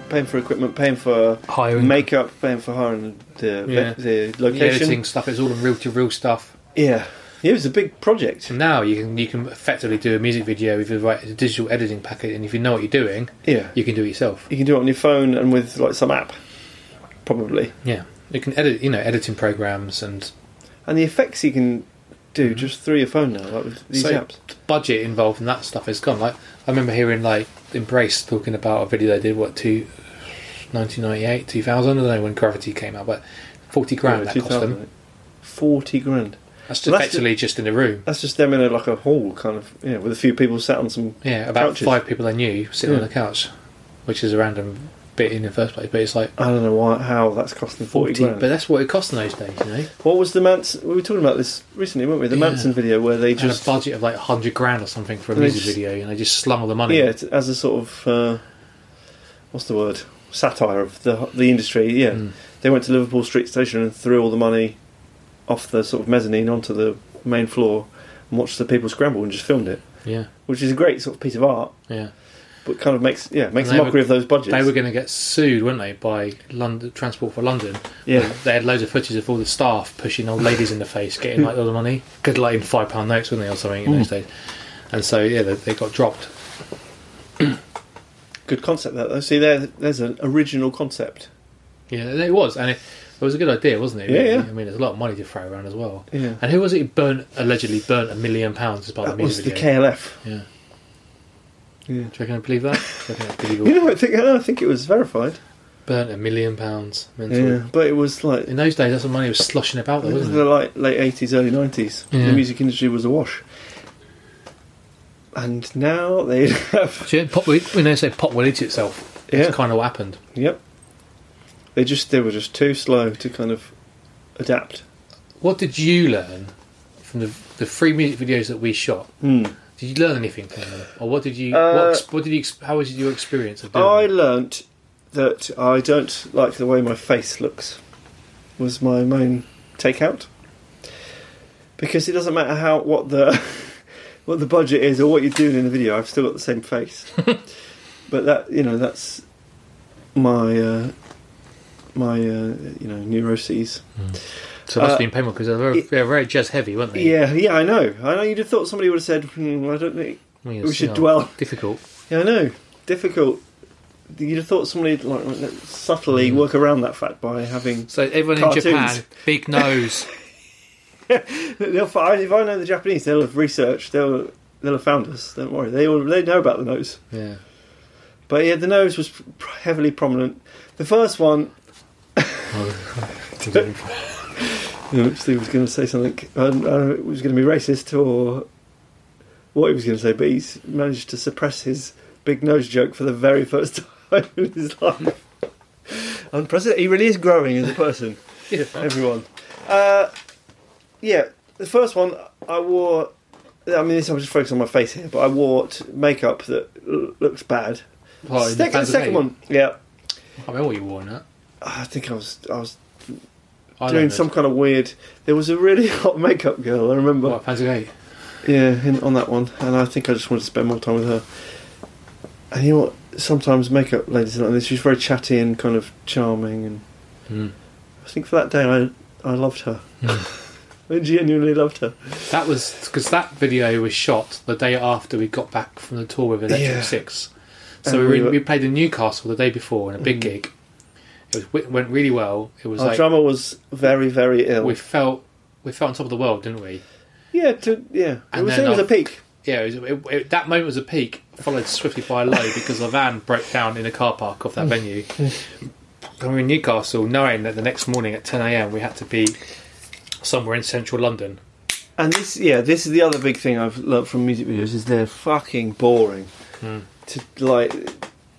Speaker 2: Paying for equipment, paying for
Speaker 1: Hiring.
Speaker 2: makeup, paying for hiring the
Speaker 1: Yeah.
Speaker 2: the
Speaker 1: The editing
Speaker 2: location.
Speaker 1: stuff. It's all in real to real stuff.
Speaker 2: Yeah, it was a big project.
Speaker 1: And now you can you can effectively do a music video with the right digital editing packet, and if you know what you're doing,
Speaker 2: Yeah,
Speaker 1: you can do it yourself.
Speaker 2: you can do it on your phone and with like some app, probably.
Speaker 1: Yeah, you can edit you know editing programs and
Speaker 2: And the effects you can do just through your phone now, like with these
Speaker 1: Mm-hmm. so
Speaker 2: apps.
Speaker 1: the budget involved in that stuff is gone. Like I remember hearing like Embrace talking about a video they did what two, 1998, 2000, I don't know when Gravity came out, but forty grand
Speaker 2: Yeah,
Speaker 1: that cost
Speaker 2: 2000,
Speaker 1: them.
Speaker 2: like, Forty grand.
Speaker 1: That's
Speaker 2: Well, that's
Speaker 1: effectively just in the room.
Speaker 2: That's just them in a, like a hall kind of, yeah, with a few people sat on some.
Speaker 1: Yeah, about
Speaker 2: Couches.
Speaker 1: five people I knew sitting on
Speaker 2: Yeah.
Speaker 1: the couch, which is a random bit in the first place. But it's like
Speaker 2: I don't know why, how that's costing forty,
Speaker 1: forty,
Speaker 2: grand.
Speaker 1: but that's what it cost in those days, you know.
Speaker 2: what was the Manson? We were talking about this recently, weren't we? The
Speaker 1: Yeah.
Speaker 2: Manson video where they
Speaker 1: Just
Speaker 2: just,
Speaker 1: a budget of like hundred grand or something for a
Speaker 2: They
Speaker 1: music
Speaker 2: just-
Speaker 1: video, and they just slung all the money.
Speaker 2: yeah, it's as a sort of, uh, what's the word? Satire of the the industry. Yeah,
Speaker 1: Mm.
Speaker 2: they went to Liverpool Street Station and threw all the money off the sort of mezzanine onto the main floor and watched the people scramble and just filmed it,
Speaker 1: yeah,
Speaker 2: which is a great sort of piece of art.
Speaker 1: yeah.
Speaker 2: but kind of makes yeah makes a
Speaker 1: they were-
Speaker 2: mockery of those budgets.
Speaker 1: They were going to get sued, weren't they, by London Transport for London?
Speaker 2: yeah,
Speaker 1: They had loads of footage of all the staff pushing old ladies in the face, getting like all the money, good like in five pound notes, weren't they, or something in
Speaker 2: Mm.
Speaker 1: those days? And so yeah, they, they got dropped.
Speaker 2: good concept that though. See, there there's an original concept.
Speaker 1: Yeah, it was, and it, it was a good idea, wasn't it?
Speaker 2: Yeah,
Speaker 1: really?
Speaker 2: yeah.
Speaker 1: I mean, there's a lot of money to throw around as well.
Speaker 2: Yeah.
Speaker 1: And who was it who burnt allegedly burnt a million pounds as part of
Speaker 2: That
Speaker 1: the
Speaker 2: was
Speaker 1: music
Speaker 2: the
Speaker 1: video?
Speaker 2: KLF.
Speaker 1: yeah.
Speaker 2: Yeah.
Speaker 1: Do you reckon I believe that? Do you reckon it's believable?
Speaker 2: You know, I think I don't think it was verified.
Speaker 1: burnt a million pounds. Mental.
Speaker 2: Yeah, but it was like
Speaker 1: In those days, that's what money was sloshing about, though,
Speaker 2: it was
Speaker 1: Oh, wasn't
Speaker 2: the
Speaker 1: it?
Speaker 2: like, late eighties, early nineties.
Speaker 1: Yeah.
Speaker 2: The music industry was awash, and now they have
Speaker 1: Shit, pop, when they say pop will eat itself,
Speaker 2: yeah,
Speaker 1: that's kind of what happened.
Speaker 2: yep. They just they were just too slow to kind of adapt.
Speaker 1: What did you learn from the the three music videos that we shot?
Speaker 2: Hmm.
Speaker 1: Did you learn anything from them, or what did you?
Speaker 2: Uh,
Speaker 1: what, ex- what did you? ex- How was your experience of doing?
Speaker 2: I
Speaker 1: them?
Speaker 2: learnt that I don't like the way my face looks. Was my main takeout because it doesn't matter how what the what the budget is or what you're doing in the video. I've still got the same face, but that you know that's my uh, my uh, you know neuroses.
Speaker 1: So it must
Speaker 2: uh,
Speaker 1: have been painful because they're very,
Speaker 2: it-
Speaker 1: they're very jazz heavy, weren't they?
Speaker 2: Yeah, yeah, I know. I know. You'd have thought somebody would have said, hmm, "I don't think
Speaker 1: I mean,
Speaker 2: we
Speaker 1: it's,
Speaker 2: should
Speaker 1: you know,
Speaker 2: dwell
Speaker 1: Difficult.
Speaker 2: Yeah, I know. Difficult. You'd have thought somebody'd like subtly work around that fact by having.
Speaker 1: So everyone
Speaker 2: Cartoons.
Speaker 1: in Japan, big nose.
Speaker 2: They'll find, if I know the Japanese, they'll have researched. They'll they'll have found us. Don't worry. They will, they know about the nose.
Speaker 1: yeah.
Speaker 2: But yeah, the nose was pr- heavily prominent. The first one. Steve was going to say something. I don't know if it was going to be racist or what he was going to say, but he's managed to suppress his big nose joke for the very first time in his life. Unprecedented. He really is growing as a person. everyone. Uh, yeah, the first one I wore. I mean, this I'm just focusing on my face here, but I wore t- makeup that l- looks bad.
Speaker 1: Well, in
Speaker 2: Second-
Speaker 1: Japan's
Speaker 2: second
Speaker 1: okay.
Speaker 2: one, yeah. Ah,
Speaker 1: I remember what you wore in that.
Speaker 2: I think I was I was
Speaker 1: I
Speaker 2: doing some kind of weird. There was a really hot makeup girl. I remember.
Speaker 1: What, Panzer Gate?
Speaker 2: Yeah, in, on that one, and I think I just wanted to spend more time with her. And you know what? Sometimes makeup ladies are like this. She's very chatty and kind of charming, and
Speaker 1: Mm.
Speaker 2: I think for that day I I loved her.
Speaker 1: Hmm.
Speaker 2: I genuinely loved her.
Speaker 1: That was because that video was shot the day after we got back from the tour with Electric
Speaker 2: Yeah.
Speaker 1: Six.
Speaker 2: And
Speaker 1: So we, were
Speaker 2: we
Speaker 1: in-
Speaker 2: were-
Speaker 1: we played in Newcastle the day before in a big
Speaker 2: Mhm.
Speaker 1: gig. It was, it went really well. It was
Speaker 2: Our
Speaker 1: like
Speaker 2: Oh, drummer was very, very ill.
Speaker 1: we felt we felt on top of the world, didn't we?
Speaker 2: yeah, to, yeah. It
Speaker 1: And
Speaker 2: was,
Speaker 1: then
Speaker 2: it was a
Speaker 1: I've-
Speaker 2: peak.
Speaker 1: Yeah, it was, it, it, that moment was a peak, followed swiftly by a low because the van broke down in the car park of that venue.
Speaker 2: Mm.
Speaker 1: And we were in Newcastle, knowing that the next morning at 10 a.m. we had to be somewhere in central London.
Speaker 2: And this, yeah, this is the other big thing I've learnt from music videos is they're fucking boring.
Speaker 1: Hmm.
Speaker 2: To like,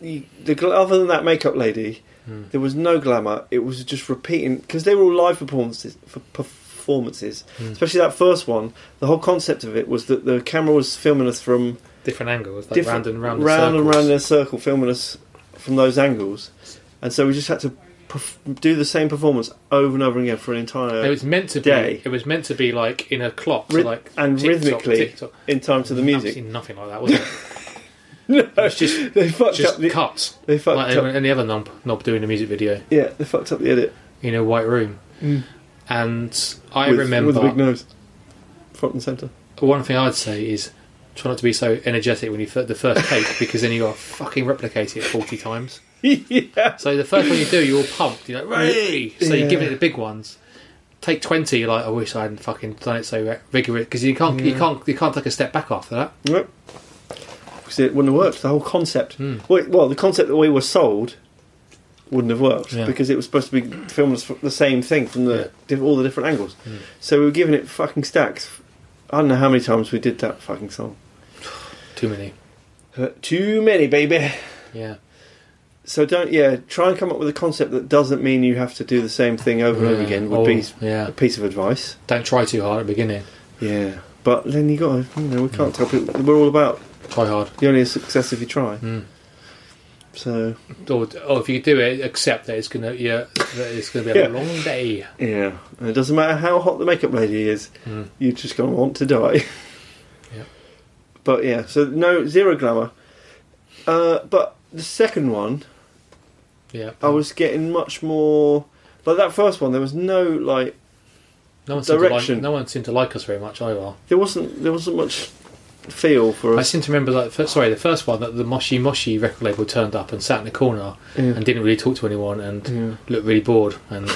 Speaker 2: you, the gl- other than that makeup lady,
Speaker 1: Hmm.
Speaker 2: there was no glamour. It was just repeating because they were all live performances. For performances,
Speaker 1: Hmm.
Speaker 2: especially that first one, the whole concept of it was that the camera was filming us from
Speaker 1: Different angles, like
Speaker 2: different,
Speaker 1: round and round,
Speaker 2: round
Speaker 1: in
Speaker 2: and round
Speaker 1: circles.
Speaker 2: in a circle, filming us from those angles, and so we just had to. Perf- do the same performance over and over again for an entire
Speaker 1: It was meant to
Speaker 2: Day.
Speaker 1: be. It was meant to be like in a clock, so
Speaker 2: Ryth-
Speaker 1: like
Speaker 2: and
Speaker 1: tick-tock,
Speaker 2: rhythmically
Speaker 1: tick-tock.
Speaker 2: in time to the music.
Speaker 1: Absolutely nothing like that, was it?
Speaker 2: No,
Speaker 1: It was just
Speaker 2: they fucked
Speaker 1: just
Speaker 2: up the
Speaker 1: cuts,
Speaker 2: they fucked
Speaker 1: like
Speaker 2: up.
Speaker 1: anyone- any other knob knob doing a music video
Speaker 2: Yeah, they fucked up the edit.
Speaker 1: in a white room. And I
Speaker 2: with,
Speaker 1: remember
Speaker 2: with the big nose, front and centre.
Speaker 1: one thing I'd say is try not to be so energetic when you fir- the first take because then you got to fucking replicate it forty times.
Speaker 2: yeah,
Speaker 1: So the first one you do, you're all pumped. You're like, Ray! So you give it
Speaker 2: Yeah.
Speaker 1: the big ones. Take twenty. You're like, I wish I hadn't fucking done it so rigorous because you can't, you can't, you can't take a step back after that.
Speaker 2: Yep. 'Cause it wouldn't have worked. The whole concept.
Speaker 1: Hmm.
Speaker 2: Well, well, the concept that we were sold wouldn't have worked
Speaker 1: Yeah.
Speaker 2: because it was supposed to be filmed as f- the same thing from the diff- all the different angles.
Speaker 1: Hmm.
Speaker 2: So we were giving it fucking stacks. I don't know how many times we did that fucking song.
Speaker 1: Too many.
Speaker 2: Uh, Too many, baby.
Speaker 1: Yeah.
Speaker 2: So don't yeah. Try and come up with a concept that doesn't mean you have to do the same thing over and over
Speaker 1: Yeah.
Speaker 2: again. Would
Speaker 1: Oh,
Speaker 2: be
Speaker 1: yeah.
Speaker 2: a piece of advice.
Speaker 1: Don't try too hard at the beginning.
Speaker 2: Yeah, but then you got to, you know, we can't tell people. We're all about
Speaker 1: Try hard.
Speaker 2: you're only a success if you try.
Speaker 1: Mm.
Speaker 2: So
Speaker 1: Or, or if you do it, accept that it's gonna yeah, that it's gonna be a
Speaker 2: Yeah.
Speaker 1: long day.
Speaker 2: yeah, and it doesn't matter how hot the makeup lady is,
Speaker 1: Mm.
Speaker 2: you're just gonna want to die.
Speaker 1: Yep.
Speaker 2: But yeah, so no zero glamour. Uh, but the second one,
Speaker 1: Yeah.
Speaker 2: I was getting much more. Like that first one, there was no like
Speaker 1: no one seemed to like,
Speaker 2: direction.
Speaker 1: no one seemed to like us very much either.
Speaker 2: there wasn't there wasn't much feel for
Speaker 1: I
Speaker 2: us.
Speaker 1: seem to remember like first, sorry the first one that the Moshi Moshi record label turned up and sat in the corner and didn't really talk to anyone and looked really bored and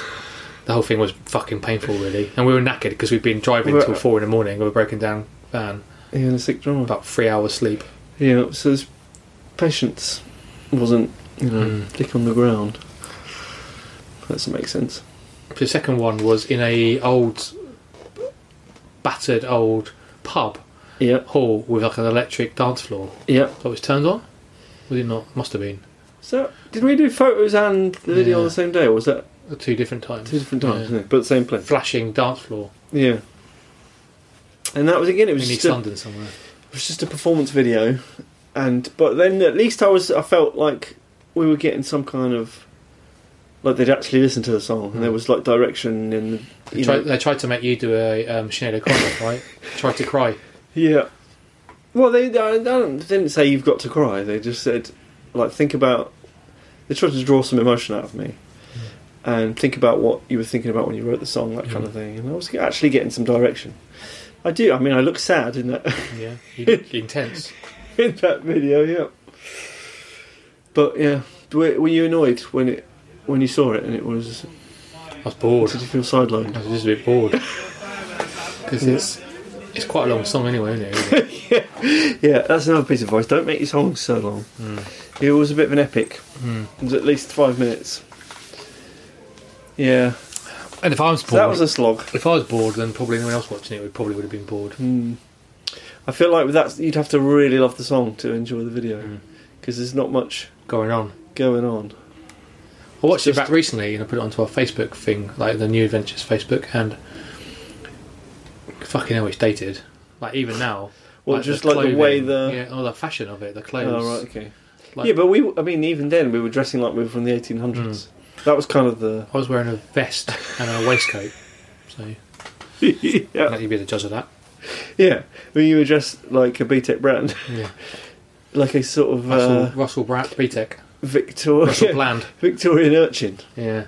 Speaker 1: the whole thing was fucking painful really and we were knackered because we'd been driving
Speaker 2: We're-
Speaker 1: till four in the morning with a broken down van
Speaker 2: Yeah, the sick drama.
Speaker 1: about three hours sleep
Speaker 2: Yeah, so his patience wasn't, you know,
Speaker 1: Mm.
Speaker 2: thick on the ground. That doesn't make sense.
Speaker 1: the second one was in a old battered old pub
Speaker 2: Yep,
Speaker 1: hall with like an electric dance floor
Speaker 2: yep.
Speaker 1: that was turned on was it not must have been
Speaker 2: So, did we do photos and the video on
Speaker 1: Yeah.
Speaker 2: the same day, or was that
Speaker 1: at two different times
Speaker 2: two different times?
Speaker 1: Yeah.
Speaker 2: isn't it? But same place.
Speaker 1: flashing dance floor
Speaker 2: Yeah. And that was again. It was
Speaker 1: in East
Speaker 2: just a,
Speaker 1: London somewhere
Speaker 2: it was just a performance video, and but then at least I was I felt like we were getting some kind of like they'd actually listen to the song, and there was like direction and
Speaker 1: Mm. They
Speaker 2: you
Speaker 1: tried,
Speaker 2: know,
Speaker 1: they tried to make you do a um, Sinead O'Connor, right? Tried to cry.
Speaker 2: Yeah. Well, they, they don't- they didn't say you've got to cry. They just said, like, think about. They tried to draw some emotion out of me, and think about what you were thinking about when you wrote the song, that kind of thing. And I was actually getting some direction. I do. I mean, I look sad in that
Speaker 1: Yeah, you look intense.
Speaker 2: in that video. Yeah. But yeah, were, were you annoyed when it when you saw it and it was?
Speaker 1: I was bored.
Speaker 2: Did you feel sidelined?
Speaker 1: I was just a bit bored because it's it's quite a long song anyway, isn't it? Really?
Speaker 2: Yeah, that's another piece of advice. Don't make your songs so long. It was a bit of an epic. It was at least five minutes. Yeah,
Speaker 1: and if I was
Speaker 2: so that
Speaker 1: bored,
Speaker 2: was a slog.
Speaker 1: if I was bored, then probably anyone else watching it would probably would have been bored.
Speaker 2: I feel like with that you'd have to really love the song to enjoy the video because there's not much
Speaker 1: Going on.
Speaker 2: going on.
Speaker 1: I watched
Speaker 2: Just-
Speaker 1: it back recently and I put it onto our Facebook thing, like the New Adventures Facebook, and fucking hell, it's dated. Like even now.
Speaker 2: Well, just like the way
Speaker 1: clothing,
Speaker 2: the-
Speaker 1: yeah, or the fashion of it, the clothes.
Speaker 2: Oh, right, okay.
Speaker 1: Like-
Speaker 2: yeah, but we, I mean, even then we were dressing like we were from the 1800s. That was kind of the.
Speaker 1: I was wearing a vest and a waistcoat, so I'll
Speaker 2: yeah.
Speaker 1: let you be the judge of that.
Speaker 2: yeah. I mean, you were dressed like a BTEC brand,
Speaker 1: Yeah.
Speaker 2: like a sort of
Speaker 1: Russell,
Speaker 2: uh,
Speaker 1: Russell Bratt, BTEC.
Speaker 2: Victor-
Speaker 1: Russell Bland.
Speaker 2: Victorian urchin.
Speaker 1: Yeah.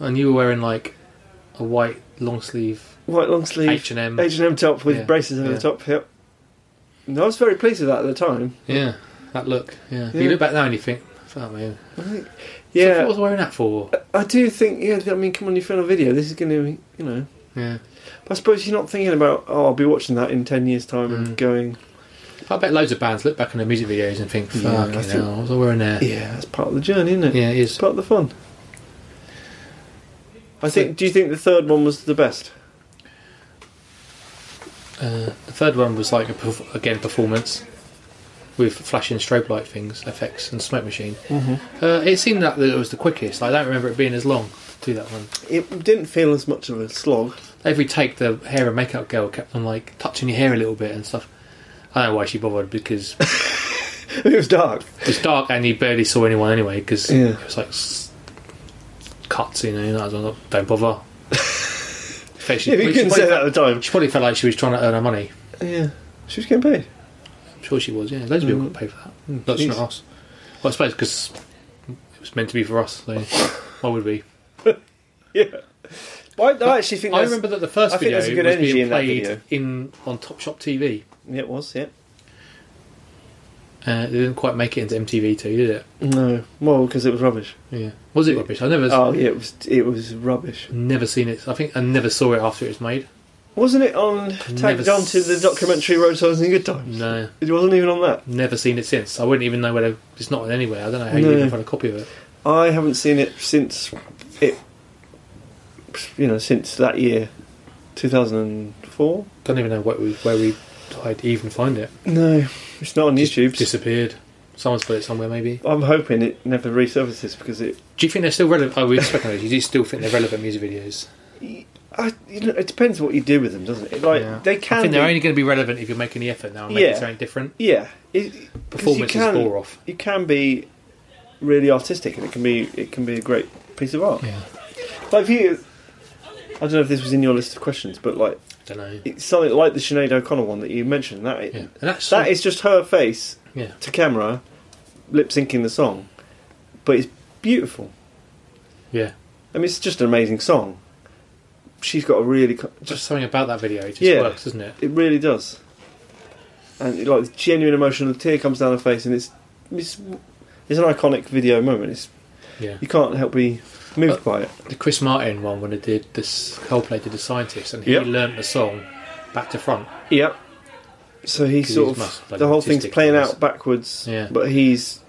Speaker 1: And you were wearing like a white long sleeve H&M.
Speaker 2: White long sleeve.
Speaker 1: H and M.
Speaker 2: H and M top with
Speaker 1: Mm. Yeah,
Speaker 2: braces over
Speaker 1: yeah.
Speaker 2: the top. Yep. And I was very pleased with that at the time.
Speaker 1: Yeah, that look. Yeah.
Speaker 2: Yeah.
Speaker 1: You look back now and you think, fuck me. So what
Speaker 2: Yeah,
Speaker 1: was I wearing that for?
Speaker 2: I do think. Yeah, I mean, come on, you film a video. This is going to, be, you know.
Speaker 1: Yeah.
Speaker 2: But I suppose you're not thinking about. Oh, I'll be watching that in ten years' time and
Speaker 1: Mm.
Speaker 2: going.
Speaker 1: I bet loads of bands look back on their music videos and think,
Speaker 2: Yeah, I
Speaker 1: fuck
Speaker 2: think-
Speaker 1: hell, what was I wearing there? Yeah,
Speaker 2: Yeah, that's part of the journey, isn't it?
Speaker 1: it
Speaker 2: It's
Speaker 1: is.
Speaker 2: part of the fun. I think. Do you think the third one was the best?
Speaker 1: Uh, the third one was like a perf- again performance with flashing strobe light things, effects, and smoke machine. Mm-hmm. Uh, it seemed that it was the quickest. I don't remember it being as long to do that one.
Speaker 2: It didn't feel as much of a slog.
Speaker 1: Every take, the hair and makeup girl kept on like touching your hair a little bit and stuff. I don't know why she bothered because
Speaker 2: it was dark.
Speaker 1: it's dark and you barely saw anyone anyway because
Speaker 2: Yeah.
Speaker 1: it was like s- cuts, you know. And I was like, don't bother. Fact, she,
Speaker 2: Yeah, you
Speaker 1: she
Speaker 2: couldn't
Speaker 1: probably
Speaker 2: say
Speaker 1: felt-
Speaker 2: that at the time.
Speaker 1: she probably felt like she was trying to earn her money.
Speaker 2: Yeah, she was getting paid.
Speaker 1: I'm sure she was, yeah. Loads of people got paid for that. That's
Speaker 2: Mm. jeez.
Speaker 1: not us. Well, I suppose because it was meant to be for us, so why would we?
Speaker 2: Yeah. But I, I actually think.
Speaker 1: I
Speaker 2: that's-
Speaker 1: remember that the first
Speaker 2: I think
Speaker 1: video
Speaker 2: there's a good
Speaker 1: was
Speaker 2: energy
Speaker 1: being
Speaker 2: in that
Speaker 1: played
Speaker 2: video.
Speaker 1: in on Top Shop TV.
Speaker 2: Yeah, it was. Yeah.
Speaker 1: Uh, they didn't quite make it into MTV2, did it?
Speaker 2: No, well, because it was rubbish.
Speaker 1: Yeah. Was it rubbish? I never,
Speaker 2: Oh yeah, it was it was rubbish.
Speaker 1: never seen it. I think I never saw it after it was made.
Speaker 2: Wasn't it on tagged
Speaker 1: Never
Speaker 2: onto the
Speaker 1: s-
Speaker 2: documentary Road Signs and Good Times?
Speaker 1: No,
Speaker 2: It wasn't even on that.
Speaker 1: never seen it since. I wouldn't even know whether it's not anywhere. I don't know how
Speaker 2: No.
Speaker 1: you even find a copy of it.
Speaker 2: I haven't seen it since it. You know, since that year, two thousand and four.
Speaker 1: Don't even know what we, where we I'd even find it.
Speaker 2: No, it's not on
Speaker 1: Just
Speaker 2: YouTube.
Speaker 1: disappeared. Someone's put it somewhere, maybe.
Speaker 2: I'm hoping it never resurfaces because it.
Speaker 1: Do you think they're still relevant? Oh, we were speaking about it. You do still think they're relevant music videos?
Speaker 2: I, you know, it depends what you do with them, doesn't it? Like
Speaker 1: Yeah.
Speaker 2: they can.
Speaker 1: I think
Speaker 2: be,
Speaker 1: they're only going to be relevant if you're making the effort now and making
Speaker 2: Yeah.
Speaker 1: something different.
Speaker 2: Yeah, it, 'cause you
Speaker 1: Performances
Speaker 2: can-
Speaker 1: bore off.
Speaker 2: You can be really artistic, and it can be it can be a great piece of art.
Speaker 1: Yeah,
Speaker 2: Like if you, I don't know if this was in your list of questions, but like
Speaker 1: I don't know.
Speaker 2: it's something like the Sinead O'Connor one that you mentioned. That
Speaker 1: Yeah, and that's
Speaker 2: that is just her face
Speaker 1: Yeah.
Speaker 2: to camera, lip syncing the song, but it's beautiful.
Speaker 1: Yeah.
Speaker 2: I mean, it's just an amazing song. She's got a really, co-
Speaker 1: Just
Speaker 2: just
Speaker 1: something about that video. It just
Speaker 2: Yeah.
Speaker 1: works, doesn't it?
Speaker 2: it really does, and it, like genuine emotion. A tear comes down her face, and it's it's it's an iconic video moment. It's
Speaker 1: Yeah.
Speaker 2: you can't help be moved by it.
Speaker 1: The Chris Martin one when they did this Coldplay did the scientist and he
Speaker 2: Yep.
Speaker 1: learnt the song back to front.
Speaker 2: Yep. So he
Speaker 1: 'Cause he's
Speaker 2: sort
Speaker 1: must
Speaker 2: of
Speaker 1: be
Speaker 2: the whole thing's
Speaker 1: autistic,
Speaker 2: playing
Speaker 1: isn't he?
Speaker 2: out backwards,
Speaker 1: Yeah.
Speaker 2: but he's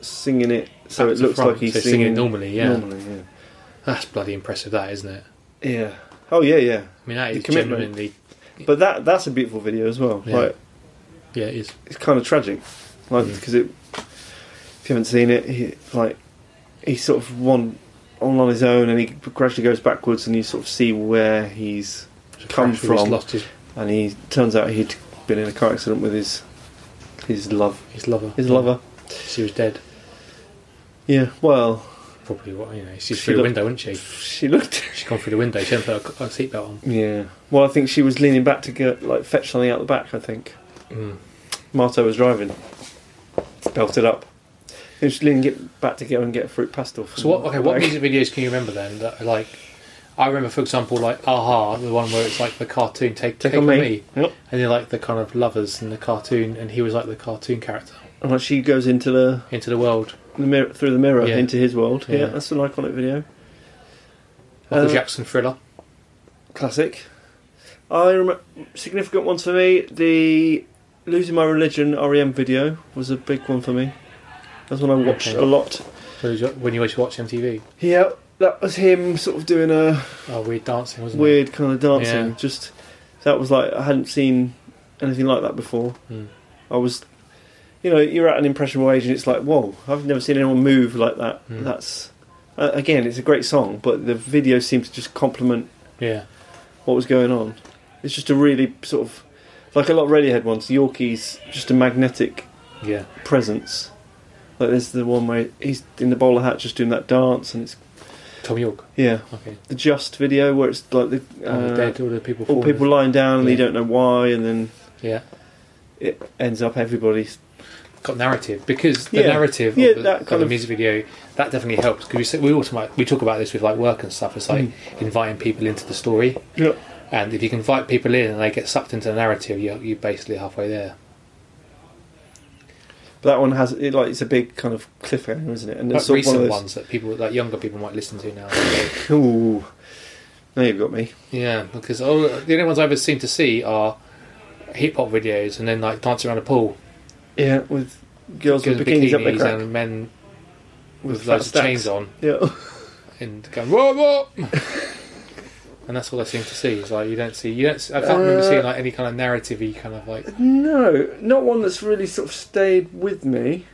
Speaker 2: singing it so
Speaker 1: Back
Speaker 2: it
Speaker 1: to
Speaker 2: looks
Speaker 1: front,
Speaker 2: like he's
Speaker 1: so
Speaker 2: singing,
Speaker 1: normally. Yeah.
Speaker 2: normally, yeah.
Speaker 1: That's bloody impressive. That isn't it?
Speaker 2: Yeah. Oh yeah, yeah.
Speaker 1: I mean, that
Speaker 2: The
Speaker 1: is
Speaker 2: commitment.
Speaker 1: genuinely.
Speaker 2: But that that's a beautiful video as well.
Speaker 1: Yeah.
Speaker 2: Like
Speaker 1: Yeah, it is.
Speaker 2: it's kind of tragic, like
Speaker 1: Mm.
Speaker 2: because it. If you haven't seen it, he, like he's sort of one all on his own, and he gradually goes backwards, and you sort of see where he's
Speaker 1: It's a
Speaker 2: Come
Speaker 1: crash where he's
Speaker 2: from-
Speaker 1: lost his,
Speaker 2: and he turns out he'd been in a car accident with his his love
Speaker 1: his lover.
Speaker 2: his lover.
Speaker 1: She was dead.
Speaker 2: Yeah. Well,
Speaker 1: Probably what you know. She's
Speaker 2: She
Speaker 1: through the
Speaker 2: looked-
Speaker 1: window, isn't she?
Speaker 2: she looked.
Speaker 1: She's gone through the window. She hasn't put her, her seatbelt on.
Speaker 2: Yeah. Well, I think she was leaning back to get like fetch something out the back. I think
Speaker 1: Mm.
Speaker 2: Marto was driving, belted up. She was leaning get back to go and get a fruit pastel. from
Speaker 1: So what? Okay, what
Speaker 2: the
Speaker 1: music
Speaker 2: bag.
Speaker 1: videos can you remember then? That are like, I remember, for example, like Aha, the one where it's like the cartoon Take Take, on, me.
Speaker 2: Yep.
Speaker 1: and they're like the kind of lovers in the cartoon, and he was like the cartoon character
Speaker 2: And like she goes into the,
Speaker 1: into the world.
Speaker 2: the mirror through the mirror
Speaker 1: Yeah.
Speaker 2: into his world. Yeah.
Speaker 1: Yeah.
Speaker 2: that's an iconic video.
Speaker 1: Michael
Speaker 2: Uh,
Speaker 1: Jackson thriller.
Speaker 2: Classic. I remember significant ones for me. The losing my religion REM video was a big one for me. That's one I watched
Speaker 1: Okay.
Speaker 2: a lot.
Speaker 1: So you- When you used to watch MTV,
Speaker 2: Yeah, that was him sort of doing a
Speaker 1: oh, weird dancing wasn't it?
Speaker 2: weird kind of dancing.
Speaker 1: Yeah.
Speaker 2: Just that was like I hadn't seen anything like that before.
Speaker 1: Mm.
Speaker 2: I was, you know, you're at an impressionable age, and it's like, whoa, I've never seen anyone move like that.
Speaker 1: Mm.
Speaker 2: That's uh, again, it's a great song, but the video seemed to just complement
Speaker 1: Yeah,
Speaker 2: what was going on. It's just a really sort of like a lot of Radiohead ones. Yorkie's just a magnetic
Speaker 1: yeah,
Speaker 2: presence. Like there's the one where he's in the bowler hat, just doing that dance, and it's
Speaker 1: Tom York.
Speaker 2: yeah,
Speaker 1: Okay,
Speaker 2: the Just video where it's like the
Speaker 1: all Oh, the
Speaker 2: uh,
Speaker 1: dead, all the people,
Speaker 2: all
Speaker 1: falling.
Speaker 2: people lying down and they
Speaker 1: Yeah.
Speaker 2: don't know why, and then
Speaker 1: Yeah,
Speaker 2: it ends up everybody's.
Speaker 1: got narrative because the
Speaker 2: Yeah.
Speaker 1: narrative
Speaker 2: Yeah,
Speaker 1: of, the,
Speaker 2: that
Speaker 1: of
Speaker 2: kind
Speaker 1: the
Speaker 2: of-
Speaker 1: music video that definitely helps because we also might, we talk about this with like work and stuff. It's like
Speaker 2: Mm.
Speaker 1: inviting people into the story,
Speaker 2: Yeah.
Speaker 1: and if you can invite people in and they get sucked into the narrative, you're, you're basically halfway there.
Speaker 2: But that one has it like it's a big kind of cliffhanger, isn't it? And
Speaker 1: Like
Speaker 2: it's sort of
Speaker 1: recent
Speaker 2: one of those.
Speaker 1: ones that people, that younger people might listen to now.
Speaker 2: Ooh, now you've got me.
Speaker 1: yeah, because all, the only ones I ever seem to see are hip hop videos and then like dancing around a pool,
Speaker 2: Yeah, with girls with
Speaker 1: girls in
Speaker 2: bikinis, up their
Speaker 1: bikinis
Speaker 2: crack
Speaker 1: and men
Speaker 2: with,
Speaker 1: with
Speaker 2: fat
Speaker 1: loads of
Speaker 2: stacks.
Speaker 1: chains on
Speaker 2: Yeah,
Speaker 1: and going whoa whoa. And that's all I seem to see. Is like you don't see, you don't. s- I can't remember
Speaker 2: Uh,
Speaker 1: seeing like any kind of narrative-y kind of like
Speaker 2: no, not one that's really sort of stayed with me.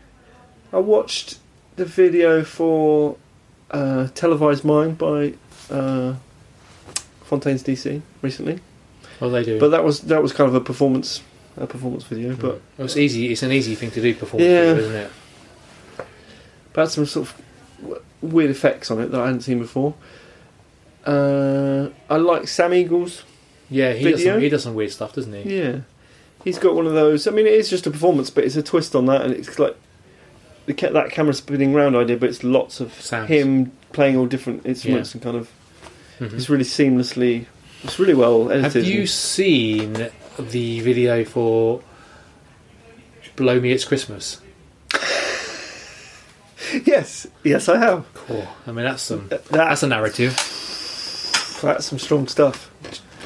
Speaker 2: I watched the video for uh, televised mine by uh, Fontaine's DC recently,
Speaker 1: what they do.
Speaker 2: but that was that was kind of a performance a performance video, but.
Speaker 1: Well, Mm. it's easy. It's an easy thing to do performance,
Speaker 2: Yeah.
Speaker 1: isn't it?
Speaker 2: but had some sort of w- weird effects on it that I hadn't seen before. Uh, I like Sam Eagles.
Speaker 1: Yeah, he does.
Speaker 2: Video?
Speaker 1: Some, he does some weird stuff, doesn't he?
Speaker 2: Yeah, he's got one of those. I mean, it is just a performance, but it's a twist on that, and it's like the ca- that camera spinning round idea, but it's lots of
Speaker 1: Sounds.
Speaker 2: him playing all different instruments and kind of
Speaker 1: Mhm.
Speaker 2: it's really seamlessly. It's really well edited.
Speaker 1: Have you
Speaker 2: and-
Speaker 1: seen the video for "Blow Me It's Christmas"?
Speaker 2: Yes, yes, I have.
Speaker 1: Cool. I mean, that's some
Speaker 2: That-
Speaker 1: that's
Speaker 2: That's
Speaker 1: a narrative.
Speaker 2: that's some strong stuff.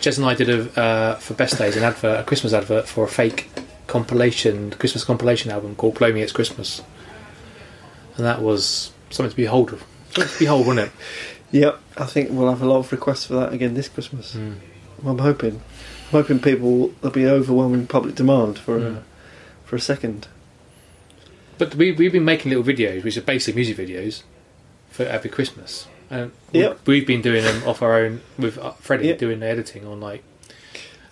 Speaker 1: Jez and I did a uh, for Best Days an advert, a Christmas advert for a fake compilation Christmas compilation album called "Blow Me It's Christmas," and that was something to behold. Something to behold, wasn't it?
Speaker 2: Yep, I think we'll have a lot of requests for that again this Christmas.
Speaker 1: Mm.
Speaker 2: I'm hoping, I'm hoping people there'll be overwhelming public demand for a
Speaker 1: Mm.
Speaker 2: for a second.
Speaker 1: But we, we've been making little videos, which are basically music videos, for every Christmas. And we-
Speaker 2: Yep.
Speaker 1: we've been doing them off our own with uh, Freddie
Speaker 2: Yep.
Speaker 1: doing the editing on like.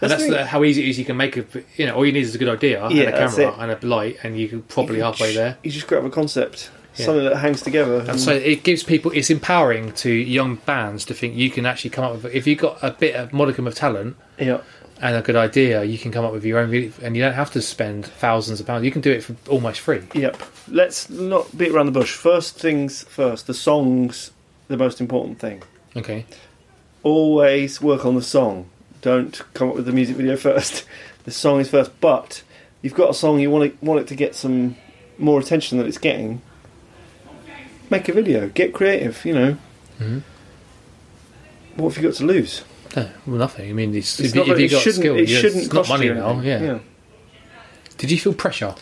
Speaker 1: And
Speaker 2: That's
Speaker 1: that's
Speaker 2: the-
Speaker 1: the- how easy it is. You can make a, you know, all you need is a good idea and
Speaker 2: Yeah,
Speaker 1: a
Speaker 2: that's
Speaker 1: camera
Speaker 2: it.
Speaker 1: and a light, and you can probably
Speaker 2: You
Speaker 1: halfway
Speaker 2: ju-
Speaker 1: there.
Speaker 2: You just grab a concept. something that hangs together.
Speaker 1: And so it gives people, it's empowering to young bands to think you can actually come up with, if you've got a bit of modicum of talent
Speaker 2: yeah,
Speaker 1: and a good idea, you can come up with your own, music, and you don't have to spend thousands of pounds. You can do it for almost free.
Speaker 2: Yep. Let's not beat around the bush. First things first. The song's the most important thing.
Speaker 1: Okay.
Speaker 2: Always work on the song. Don't come up with the music video first. The song is first. But you've got a song you want it, want it to get some more attention than it's getting. Make a video. Get creative. You know.
Speaker 1: Mhm.
Speaker 2: What have you got to lose?
Speaker 1: No, well, nothing. I mean, it's,
Speaker 2: It's
Speaker 1: if,
Speaker 2: not
Speaker 1: you- if
Speaker 2: that-
Speaker 1: you've
Speaker 2: it
Speaker 1: got
Speaker 2: shouldn't.
Speaker 1: skill,
Speaker 2: it
Speaker 1: yeah,
Speaker 2: shouldn't
Speaker 1: it's not
Speaker 2: cost
Speaker 1: money
Speaker 2: you
Speaker 1: now.
Speaker 2: anything.
Speaker 1: Yeah. Did you feel pressure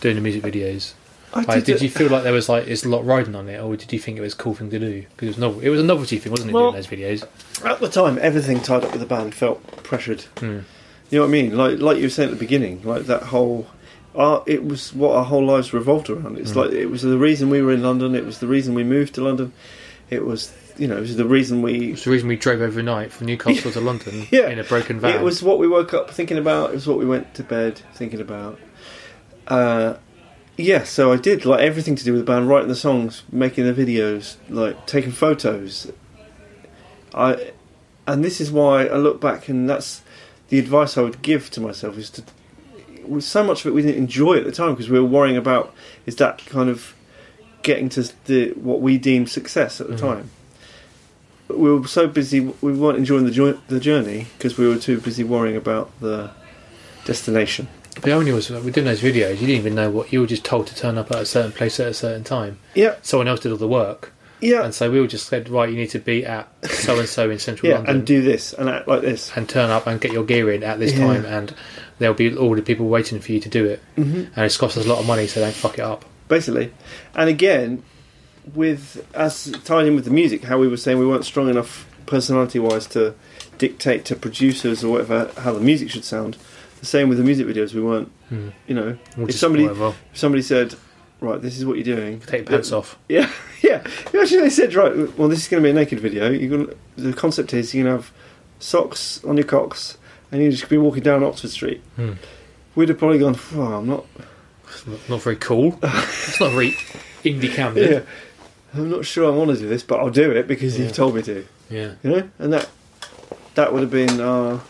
Speaker 1: doing the music videos?
Speaker 2: I
Speaker 1: Like,
Speaker 2: did
Speaker 1: did
Speaker 2: it-
Speaker 1: you feel like there was like it's a lot riding on it, or did you think it was a cool thing to do? Because it was novel. It was a novelty thing, wasn't it?
Speaker 2: Well-
Speaker 1: doing those videos.
Speaker 2: At the time, everything tied up with the band felt pressured. You know what I mean? Like like you were saying at the beginning, like that whole. Our, it was what our whole lives revolved around. It's like it was the reason we were in London. It was the reason we moved to London. It was you know it was the reason we.
Speaker 1: It's the reason we drove overnight from Newcastle to London
Speaker 2: Yeah.
Speaker 1: in a broken van.
Speaker 2: It was what we woke up thinking about. It was what we went to bed thinking about. Uh, yeah, so I did like everything to do with the band, writing the songs, making the videos, like taking photos. I, and this is why I look back, and that's the advice I would give to myself is to. with So much of it we didn't enjoy at the time because we were worrying about is that kind of getting to the what we deemed success at the
Speaker 1: Mhm.
Speaker 2: time. But we were so busy, we weren't enjoying the, jour- the journey because we were too busy worrying about the destination.
Speaker 1: The only was we're doing those videos. You didn't even know what you were just told to turn up at a certain place at a certain time.
Speaker 2: Yeah,
Speaker 1: Someone else did all the work,
Speaker 2: yeah,
Speaker 1: and so we were just said, right, you need to be at so and so in central
Speaker 2: yeah,
Speaker 1: London
Speaker 2: and do this and act like this.
Speaker 1: and turn up and get your gear in at this
Speaker 2: Yeah.
Speaker 1: time, and there'll be all the people waiting for you to do it.
Speaker 2: hmm
Speaker 1: And it's cost us a lot of money, so don't fuck it up.
Speaker 2: basically. And again, with as tied in with the music, how we were saying we weren't strong enough personality-wise to dictate to producers or whatever how the music should sound. The same with the music videos, we weren't.
Speaker 1: Hmm.
Speaker 2: You know,
Speaker 1: We'll
Speaker 2: If
Speaker 1: just-
Speaker 2: somebody-
Speaker 1: whatever.
Speaker 2: if somebody said, "Right, this is what you're doing,"
Speaker 1: take your pants off.
Speaker 2: Yeah, yeah. Actually, they said, "Right, well, this is going to be a naked video. You're going to, the concept is you're going to have socks on your cocks, and you're just going to be walking down Oxford Street."
Speaker 1: Hmm.
Speaker 2: We'd have probably gone, "Oh, I'm not
Speaker 1: It's not, not very cool. it's not very indie camera.
Speaker 2: yeah. I'm not sure I want to do this, but I'll do it because
Speaker 1: Yeah.
Speaker 2: you've told me to.
Speaker 1: yeah.
Speaker 2: You know, and that that would have been our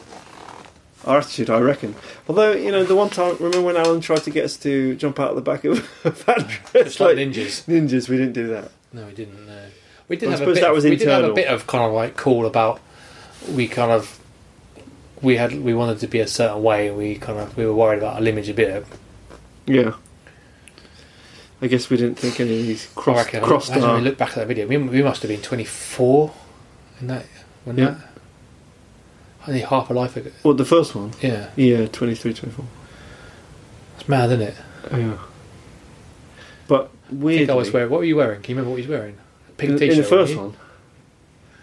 Speaker 2: our attitude, I reckon. Although you know, the one time, remember when Alan tried to get us to jump out of the back of a van
Speaker 1: It's like ninjas.
Speaker 2: ninjas? We didn't do that.
Speaker 1: No, we didn't. No. We did
Speaker 2: I
Speaker 1: have a
Speaker 2: suppose
Speaker 1: bit.
Speaker 2: that
Speaker 1: of-
Speaker 2: was
Speaker 1: we did have a
Speaker 2: internal.
Speaker 1: bit of kind of like call about. We kind of we had we wanted to be a certain way. and We kind of we were worried about our image a bit.
Speaker 2: Yeah. I guess we didn't think any of these
Speaker 1: I
Speaker 2: crossed,
Speaker 1: reckon.
Speaker 2: crossed uh-huh.
Speaker 1: imagine
Speaker 2: our.
Speaker 1: we look back at that video. We, we must have been twenty four in that. Wasn't
Speaker 2: Yeah.
Speaker 1: that? Only half a life ago.
Speaker 2: Well, the first one.
Speaker 1: Yeah,
Speaker 2: Yeah, 23, 24.
Speaker 1: it's mad, isn't it?
Speaker 2: Yeah. But
Speaker 1: I
Speaker 2: weirdly,
Speaker 1: think I was wearing. What were you wearing? Can you remember what you was wearing? Pink
Speaker 2: in,
Speaker 1: t-shirt.
Speaker 2: in
Speaker 1: weren't
Speaker 2: the first
Speaker 1: you?
Speaker 2: one,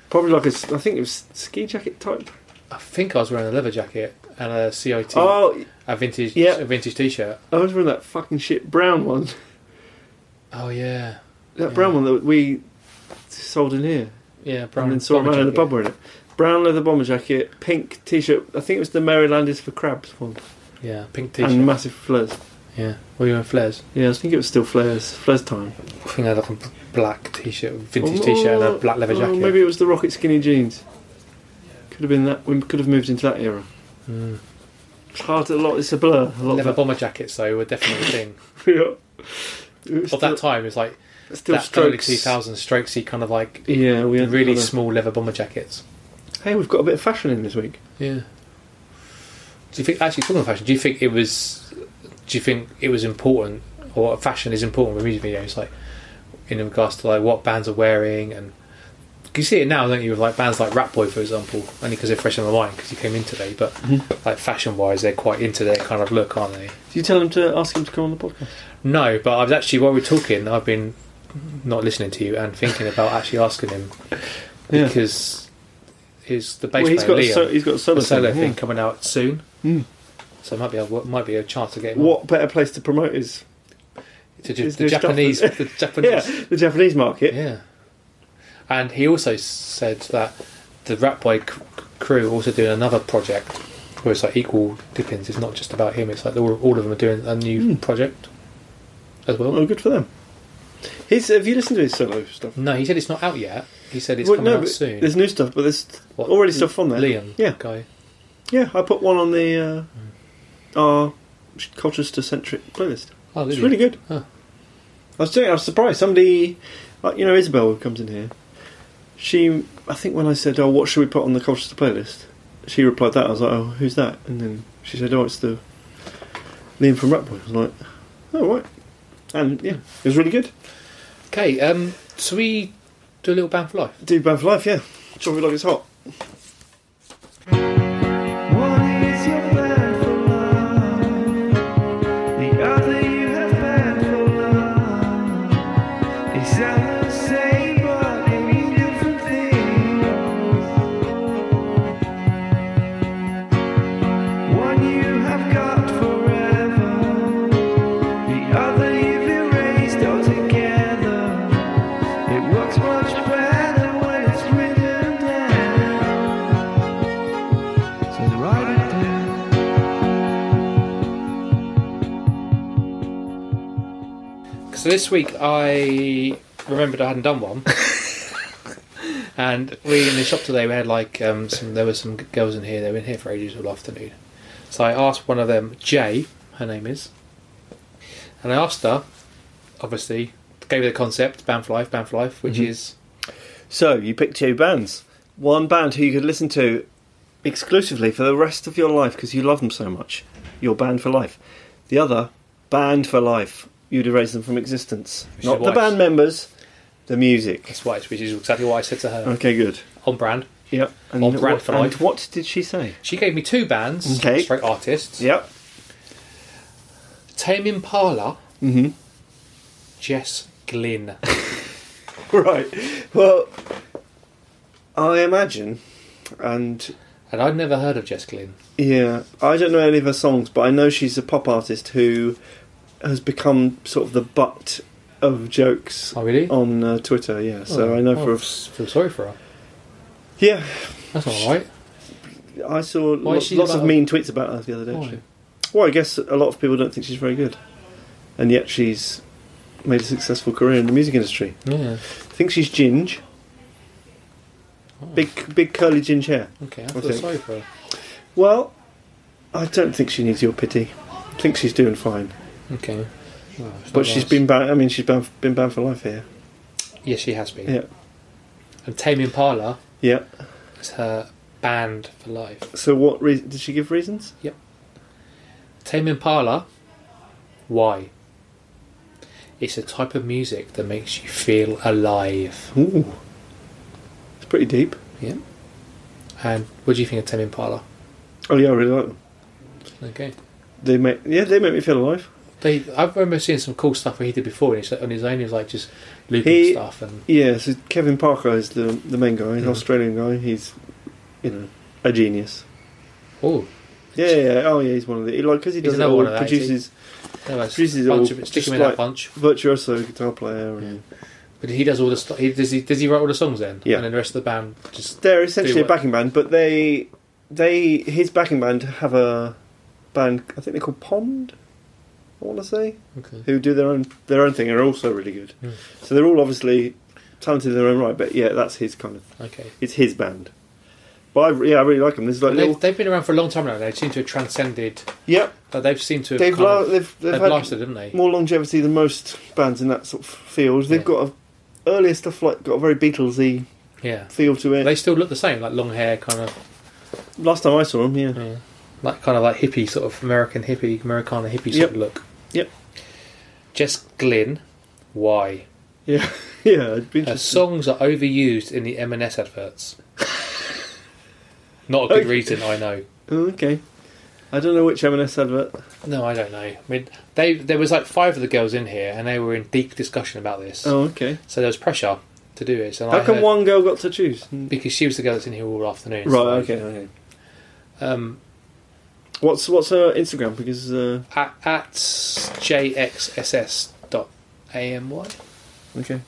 Speaker 2: probably like a, s- I think it was ski jacket type.
Speaker 1: I think I was wearing a leather jacket and a CIT,
Speaker 2: Oh,
Speaker 1: a vintage,
Speaker 2: yeah.
Speaker 1: a vintage t-shirt.
Speaker 2: I was wearing that fucking shit brown one.
Speaker 1: Oh yeah,
Speaker 2: That
Speaker 1: Yeah.
Speaker 2: brown one that we sold in here.
Speaker 1: yeah. Brown
Speaker 2: Brown and then saw a
Speaker 1: bomber
Speaker 2: man in a
Speaker 1: jacket.
Speaker 2: bubble in it. Brown leather bomber jacket, pink t-shirt. I think it was the Maryland is for crabs one,
Speaker 1: Yeah, pink t-shirt.
Speaker 2: and massive flares.
Speaker 1: yeah, were you wearing flares?
Speaker 2: Yeah, I think it was still flares. Flares time.
Speaker 1: I think I had like a b- black t-shirt, vintage
Speaker 2: Or-
Speaker 1: t-shirt, and a black leather
Speaker 2: or
Speaker 1: jacket.
Speaker 2: Maybe it was the rocket skinny jeans. Could have been that. We could have moved into that era.
Speaker 1: Mm.
Speaker 2: It's hard. to- A lot. It's a blur. A lot
Speaker 1: Leather
Speaker 2: of that.
Speaker 1: bomber jackets though were definitely a thing
Speaker 2: Yeah. It was
Speaker 1: of that time. It's like
Speaker 2: time. Still
Speaker 1: that early
Speaker 2: strokes.
Speaker 1: two thousand strokesy kind of like
Speaker 2: Yeah, we had
Speaker 1: really
Speaker 2: kinda-
Speaker 1: small leather bomber jackets.
Speaker 2: Hey, we've got a bit of fashion in this week.
Speaker 1: Yeah. Do you think actually talking of fashion? Do you think it was? Do you think it was important, or fashion is important with music videos? Like in regards to like what bands are wearing, and you see it now, don't you? With like bands like Rat Boy, for example, only because they're fresh on the mind because you came in today. But
Speaker 2: Mm-hmm.
Speaker 1: like fashion wise, they're quite into their kind of look, aren't they?
Speaker 2: Do you tell him to ask him to come on the podcast?
Speaker 1: No, but I've actually while we're talking, I've been not listening to you and thinking about actually asking him
Speaker 2: Yeah.
Speaker 1: because his the bass
Speaker 2: Well, he's
Speaker 1: player
Speaker 2: got
Speaker 1: Liam
Speaker 2: a so, he's got a solo,
Speaker 1: the solo
Speaker 2: thing.
Speaker 1: thing coming out soon.
Speaker 2: Mm.
Speaker 1: So it might be a might be a chance to get
Speaker 2: yeah.
Speaker 1: him on.
Speaker 2: What better place to promote is
Speaker 1: to ju-
Speaker 2: is
Speaker 1: the
Speaker 2: new stuff
Speaker 1: Japanese
Speaker 2: that-
Speaker 1: the
Speaker 2: yeah
Speaker 1: Japanese
Speaker 2: the Japanese market.
Speaker 1: yeah. And he also said that the Rat Boy c- crew also doing another project where it's like equal dippings. It's not just
Speaker 2: Hmm.
Speaker 1: about him. It's like all, all of them are doing a new project as well.
Speaker 2: Well, good for them. His, have you listened to his solo stuff?
Speaker 1: No, he said it's not out yet. He said it's
Speaker 2: Well,
Speaker 1: coming out
Speaker 2: but
Speaker 1: soon.
Speaker 2: There's new stuff, but there's
Speaker 1: What,
Speaker 2: already stuff on there.
Speaker 1: Liam,
Speaker 2: Yeah,
Speaker 1: guy.
Speaker 2: yeah. I put one on the uh, our Colchester centric playlist.
Speaker 1: Oh,
Speaker 2: It's
Speaker 1: did
Speaker 2: really
Speaker 1: he?
Speaker 2: good.
Speaker 1: Huh.
Speaker 2: I was doing, I was surprised. Somebody, like, you know, Isabel who comes in here. She, I think when I said, "Oh, what should we put on the Colchester playlist?" She replied that. I was like, "Oh, who's that?" And then she said, "Oh, it's the Liam from Ratboy." I was like, "Oh, right." And yeah, it was really good.
Speaker 1: Okay, um, so we do a little band for life.
Speaker 2: Do Band for Life, yeah. Chop it like it's hot.
Speaker 3: One is your plan for love. The other you have planned for love. They sound the same, but they mean different things. One you have got forever. The other you've erased altogether. It works much better when it's written down. So write it down.
Speaker 1: So this week I remembered I hadn't done one. and we in the shop today we had like um, some there were some g- girls in here, they were in here for ages all afternoon. So I asked one of them, Jay, her name is, and I asked her, obviously, gave her the concept, Band for Life, Band for Life, which is
Speaker 2: So you picked two bands. One band who you could listen to exclusively for the rest of your life because you love them so much. Your band for life. The other band for life. You'd erase them from existence.
Speaker 1: Which
Speaker 2: Not
Speaker 1: is
Speaker 2: the
Speaker 1: wise.
Speaker 2: band members, the music.
Speaker 1: that's why it's which is exactly what I said to her.
Speaker 2: Okay, good.
Speaker 1: On brand.
Speaker 2: Yep. And,
Speaker 1: On brand
Speaker 2: what,
Speaker 1: for
Speaker 2: and
Speaker 1: life.
Speaker 2: what did she say?
Speaker 1: She gave me two bands,
Speaker 2: Okay.
Speaker 1: straight artists.
Speaker 2: Yep.
Speaker 1: Tame Impala,
Speaker 2: Mhm.
Speaker 1: Jess Glynn.
Speaker 2: Right. Well, I imagine, and
Speaker 1: and I'd never heard of Jess Glynn.
Speaker 2: Yeah, I don't know any of her songs, but I know she's a pop artist who has become sort of the butt of jokes
Speaker 1: Oh, really?
Speaker 2: on uh, Twitter. Yeah,
Speaker 1: Oh,
Speaker 2: so I know for a f-
Speaker 1: s- feel sorry for her.
Speaker 2: yeah,
Speaker 1: That's not right.
Speaker 2: I saw
Speaker 1: Why is
Speaker 2: lots,
Speaker 1: she
Speaker 2: lots of
Speaker 1: about-
Speaker 2: mean tweets about her the other day.
Speaker 1: Why?
Speaker 2: Actually. Well, I guess a lot of people don't think she's very good, and yet she's made a successful career in the music industry.
Speaker 1: Yeah.
Speaker 2: I think she's ginge, big big curly ginge hair.
Speaker 1: Okay, I
Speaker 2: I
Speaker 1: feel
Speaker 2: think-
Speaker 1: sorry for her.
Speaker 2: Well, I don't think she needs your pity. I think she's doing fine,
Speaker 1: Okay. Well, it's
Speaker 2: but
Speaker 1: not
Speaker 2: she's
Speaker 1: nice.
Speaker 2: been banned. I mean, she's been been banned for life here.
Speaker 1: Yes, she has been.
Speaker 2: Yeah.
Speaker 1: And Tame Impala
Speaker 2: Yeah.
Speaker 1: is her band for life.
Speaker 2: So what reason did she give reasons?
Speaker 1: Tame Impala, why? It's a type of music that makes you feel alive.
Speaker 2: Ooh. It's pretty deep.
Speaker 1: Yeah. And what do you think of Tame Impala?
Speaker 2: Oh yeah, I really like them.
Speaker 1: Okay.
Speaker 2: They make yeah, they make me feel alive.
Speaker 1: They, I remember seeing some cool stuff where he did before, and he's like, on his own, he was like just looping
Speaker 2: He-
Speaker 1: stuff and
Speaker 2: Yeah, so Kevin Parker is the the main guy, the
Speaker 1: Mhm.
Speaker 2: Australian guy. He's you know, a genius.
Speaker 1: oh,
Speaker 2: Yeah, yeah, yeah. oh yeah, he's one of the like because he
Speaker 1: He's
Speaker 2: does it
Speaker 1: another
Speaker 2: all,
Speaker 1: one of that,
Speaker 2: produces
Speaker 1: there was
Speaker 2: This is
Speaker 1: a bunch
Speaker 2: all
Speaker 1: of it. Stick
Speaker 2: just
Speaker 1: him in
Speaker 2: like-
Speaker 1: that bunch.
Speaker 2: virtuoso guitar player and
Speaker 1: But he does all the stuff. He, does he? Does he write all the songs then?
Speaker 2: Yeah.
Speaker 1: And then the rest of the band just
Speaker 2: they're essentially
Speaker 1: Do
Speaker 2: a
Speaker 1: what?
Speaker 2: backing band, but they they his backing band have a band I think they're called Pond, I wanna say.
Speaker 1: okay.
Speaker 2: who do their own their own thing and are also really good.
Speaker 1: Mm.
Speaker 2: So they're all obviously talented in their own right, but yeah, that's his kind of
Speaker 1: Okay.
Speaker 2: it's his band. But I, re- yeah, I really like them. There's like
Speaker 1: But
Speaker 2: little,
Speaker 1: they've, they've been around for a long time now. They seem to have transcended.
Speaker 2: yep,
Speaker 1: That they've seemed to have
Speaker 2: they've
Speaker 1: kind
Speaker 2: la-
Speaker 1: of-
Speaker 2: they've they've,
Speaker 1: they've
Speaker 2: had
Speaker 1: lasted, haven't they?
Speaker 2: more longevity than most bands in that sort of field. They've
Speaker 1: Yeah.
Speaker 2: got a earlier stuff like got a very Beatlesy
Speaker 1: Yeah.
Speaker 2: feel to it.
Speaker 1: They still look the same, like long hair, kind of,
Speaker 2: Last time I saw them, yeah,
Speaker 1: yeah. like kind of like hippie sort of American hippie, Americana hippie sort
Speaker 2: Yep.
Speaker 1: of look.
Speaker 2: Yep.
Speaker 1: Jess Glynn, why?
Speaker 2: yeah, yeah. It'd be
Speaker 1: Her
Speaker 2: interesting.
Speaker 1: songs are overused in the M&S adverts. Not a good
Speaker 2: Okay.
Speaker 1: reason, I know.
Speaker 2: Oh, okay, I don't know which M&S advert.
Speaker 1: No, I don't know. I mean, they there was like five of the girls in here, and they were in deep discussion about this.
Speaker 2: Oh, okay.
Speaker 1: So there was pressure to do this. And
Speaker 2: How
Speaker 1: I
Speaker 2: come
Speaker 1: heard-
Speaker 2: one girl got to choose?
Speaker 1: Because she was the girl that's in here all afternoon.
Speaker 2: Right.
Speaker 1: so-
Speaker 2: Okay. Okay.
Speaker 1: Um,
Speaker 2: What's what's her Instagram? Because uh,
Speaker 1: at, at jxss.amy.
Speaker 2: Okay.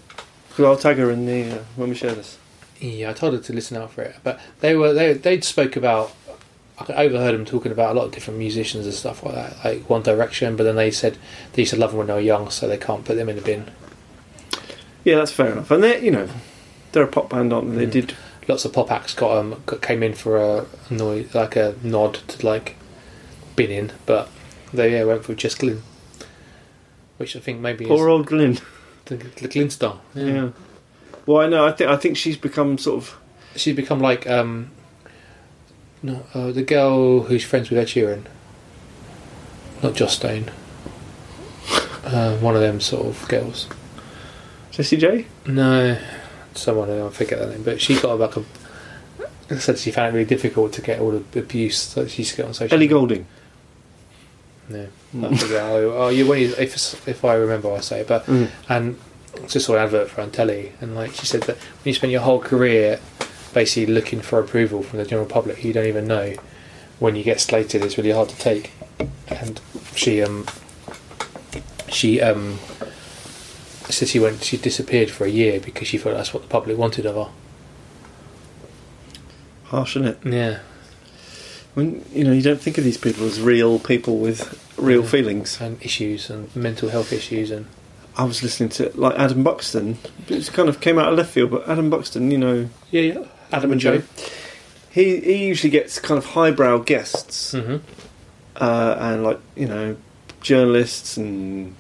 Speaker 2: Well, I'll tag her in the uh, when we share this.
Speaker 1: Yeah, E. I told her to listen out for it. But they were they they'd spoke about. I overheard them talking about a lot of different musicians and stuff like that, like One Direction. But then they said they used to love them when they were young, so they can't put them in a bin.
Speaker 2: Yeah, that's fair enough. And they, you know, they're a pop band, aren't
Speaker 1: Mm.
Speaker 2: they? They did.
Speaker 1: Lots of pop acts got, um, got- came in for a noise, like a nod to like bin in, but they yeah, went for just Glyn, which I think maybe
Speaker 2: Poor old Glyn.
Speaker 1: is the, the Glyn star.
Speaker 2: Yeah. Well, I know. I think I think she's become sort of.
Speaker 1: she's become like um, no, uh, the girl who's friends with Ed Sheeran, not Joss Stone. Uh, one of them sort of girls.
Speaker 2: Jessie J.
Speaker 1: No, someone I forget that name, but she got like a. Said she found it really difficult to get all the abuse that she's got on social.
Speaker 2: Ellie Golding.
Speaker 1: No, I forget how- oh, you when you, if if I remember, I will say. But
Speaker 2: Mm.
Speaker 1: and I just saw an advert for Antelli, and like she said that when you spend your whole career basically looking for approval from the general public, you don't even know when you get slated. It's really hard to take. And she um she um said she went she disappeared for a year because she thought that's what the public wanted of her.
Speaker 2: Harsh, isn't it?
Speaker 1: Yeah,
Speaker 2: When you know, you don't think of these people as real people with real
Speaker 1: Yeah.
Speaker 2: feelings.
Speaker 1: and issues and mental health issues and
Speaker 2: I was listening to like Adam Buxton. It's kind of came out of left field, but Adam Buxton, you know,
Speaker 1: yeah yeah Adam and Joe.
Speaker 2: He he usually gets kind of highbrow guests
Speaker 1: hmm
Speaker 2: uh, and like you know journalists and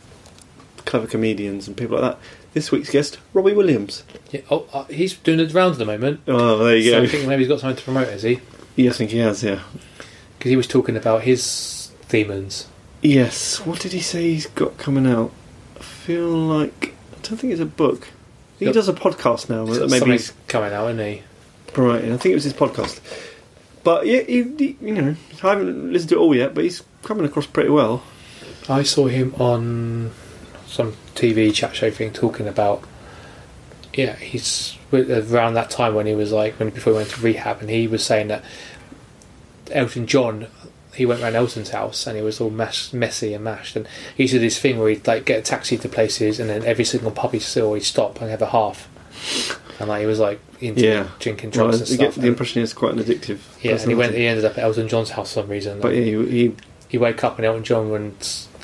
Speaker 2: clever comedians and people like that. This week's guest, Robbie Williams.
Speaker 1: Yeah, oh, uh, he's doing the rounds at the moment.
Speaker 2: Oh, there you
Speaker 1: So I
Speaker 2: go.
Speaker 1: think maybe he's got something to promote, has he?
Speaker 2: Yeah, I think he has. Yeah.
Speaker 1: Because he was talking about his demons.
Speaker 2: Yes. What did he say he's got coming out? I feel like I don't think it's a book. I think
Speaker 1: Yep.
Speaker 2: He does a podcast now.
Speaker 1: He's got
Speaker 2: That maybe
Speaker 1: something
Speaker 2: he's
Speaker 1: coming out, isn't he?
Speaker 2: promoting. I think it was his podcast. But yeah, he, he, you know, I haven't listened to it all yet, but he's coming across pretty well.
Speaker 1: I saw him on some TV chat show thing talking about. Yeah, he's around that time when he was like when before he went to rehab, and he was saying that Elton John. He went round Elton's house and he was all mash, messy and mashed. And he used to do this thing where he'd like get a taxi to places, and then every single pub he saw, he'd stop and have a half. And like he was like into
Speaker 2: Yeah.
Speaker 1: drinking drugs
Speaker 2: Well,
Speaker 1: and
Speaker 2: you
Speaker 1: stuff.
Speaker 2: get the
Speaker 1: and-
Speaker 2: impression he's quite an addictive.
Speaker 1: Yeah, and he
Speaker 2: personality.
Speaker 1: went. He ended up at Elton John's house for some reason.
Speaker 2: But yeah, he, he
Speaker 1: He woke up and Elton John and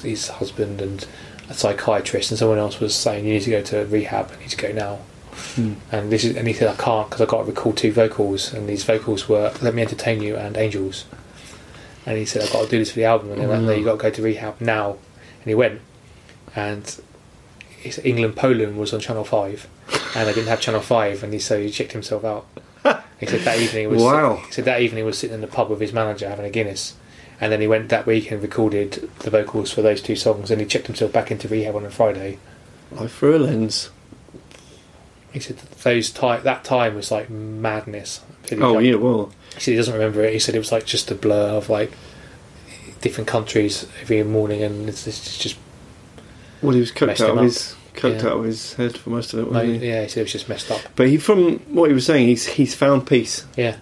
Speaker 1: his husband and a psychiatrist and someone else was saying you need to go to rehab. I need to go now.
Speaker 2: Hmm.
Speaker 1: And this is and he said I can't because I got to record two vocals and these vocals were Let Me Entertain You and Angels. And he said I've got to do this for the album and they went, no, you got to go to rehab now. And he went and his England Poland was on Channel Five and they didn't have Channel Five and he so he checked himself out. He said that evening he was
Speaker 2: Wow.
Speaker 1: he said that evening he was sitting in the pub with his manager having a Guinness, and then he went that week and recorded the vocals for those two songs, and he checked himself back into rehab on a Friday.
Speaker 2: life through a lens.
Speaker 1: He said that those time that time was like madness.
Speaker 2: Oh yeah, well,
Speaker 1: He said he doesn't remember it. He said it was like just a blur of like different countries every morning, and it's, it's just
Speaker 2: well he was coked
Speaker 1: Messed
Speaker 2: out
Speaker 1: him
Speaker 2: of
Speaker 1: up.
Speaker 2: his coked
Speaker 1: Yeah.
Speaker 2: out of his head for most of it,
Speaker 1: no,
Speaker 2: wasn't he?
Speaker 1: yeah. He said it was just messed up.
Speaker 2: But he, from what he was saying, he's he's found peace.
Speaker 1: Yeah,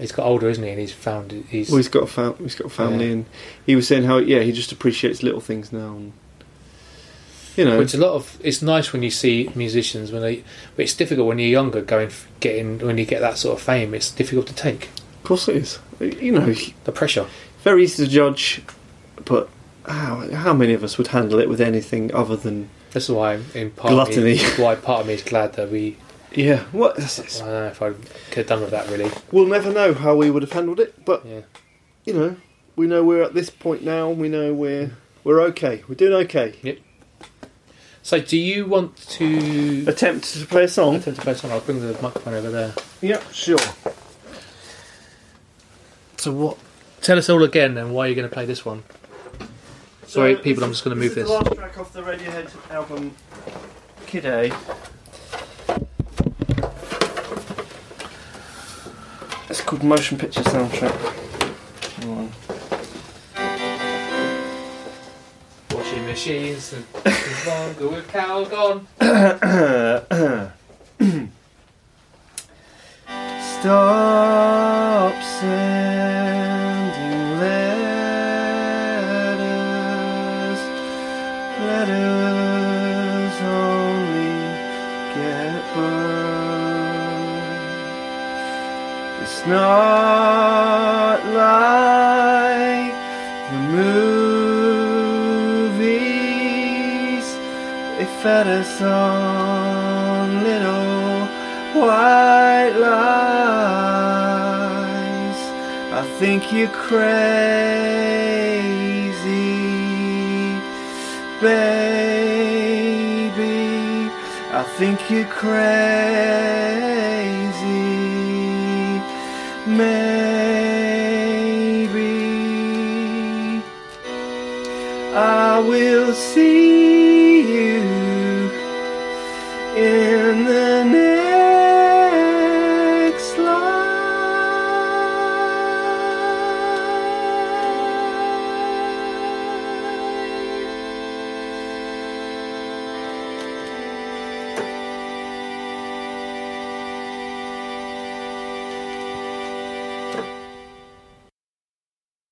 Speaker 1: he's got older, isn't he? And he's found he's
Speaker 2: Well, he's got a fam- he's got a family,
Speaker 1: Yeah.
Speaker 2: and he was saying how yeah he just appreciates little things now. And, you know,
Speaker 1: Which a lot of it's nice when you see musicians when they, but it's difficult when you're younger going f- getting when you get that sort of fame. It's difficult to take
Speaker 2: of course it is. You know,
Speaker 1: the pressure.
Speaker 2: very easy to judge, but how how many of us would handle it with anything other than
Speaker 1: That's why I'm in part
Speaker 2: Gluttony.
Speaker 1: Of me, why part of me is glad that we.
Speaker 2: yeah? What
Speaker 1: I don't know if I could have done with that really.
Speaker 2: we'll never know how we would have handled it, but
Speaker 1: Yeah,
Speaker 2: you know, we know we're at this point now. We know we're we're okay. We're doing okay.
Speaker 1: So do you want to?
Speaker 2: Attempt to play a
Speaker 1: I
Speaker 2: song.
Speaker 1: tend to play something. I'll bring the microphone over there.
Speaker 2: Yep, sure.
Speaker 1: So what? Tell us all again then why you're going to play this one. Sorry, people, I'm just going to move this.
Speaker 2: is The last track off the Radiohead album, Kid A. It's called Motion Picture Soundtrack. Hang on.
Speaker 1: Washing machines and longer with cow gone.
Speaker 2: Stop sending letters. Letters only get burned. It's not like the movies. They fed us on white lies. I think you're crazy, baby. I think you're crazy, maybe. I will see.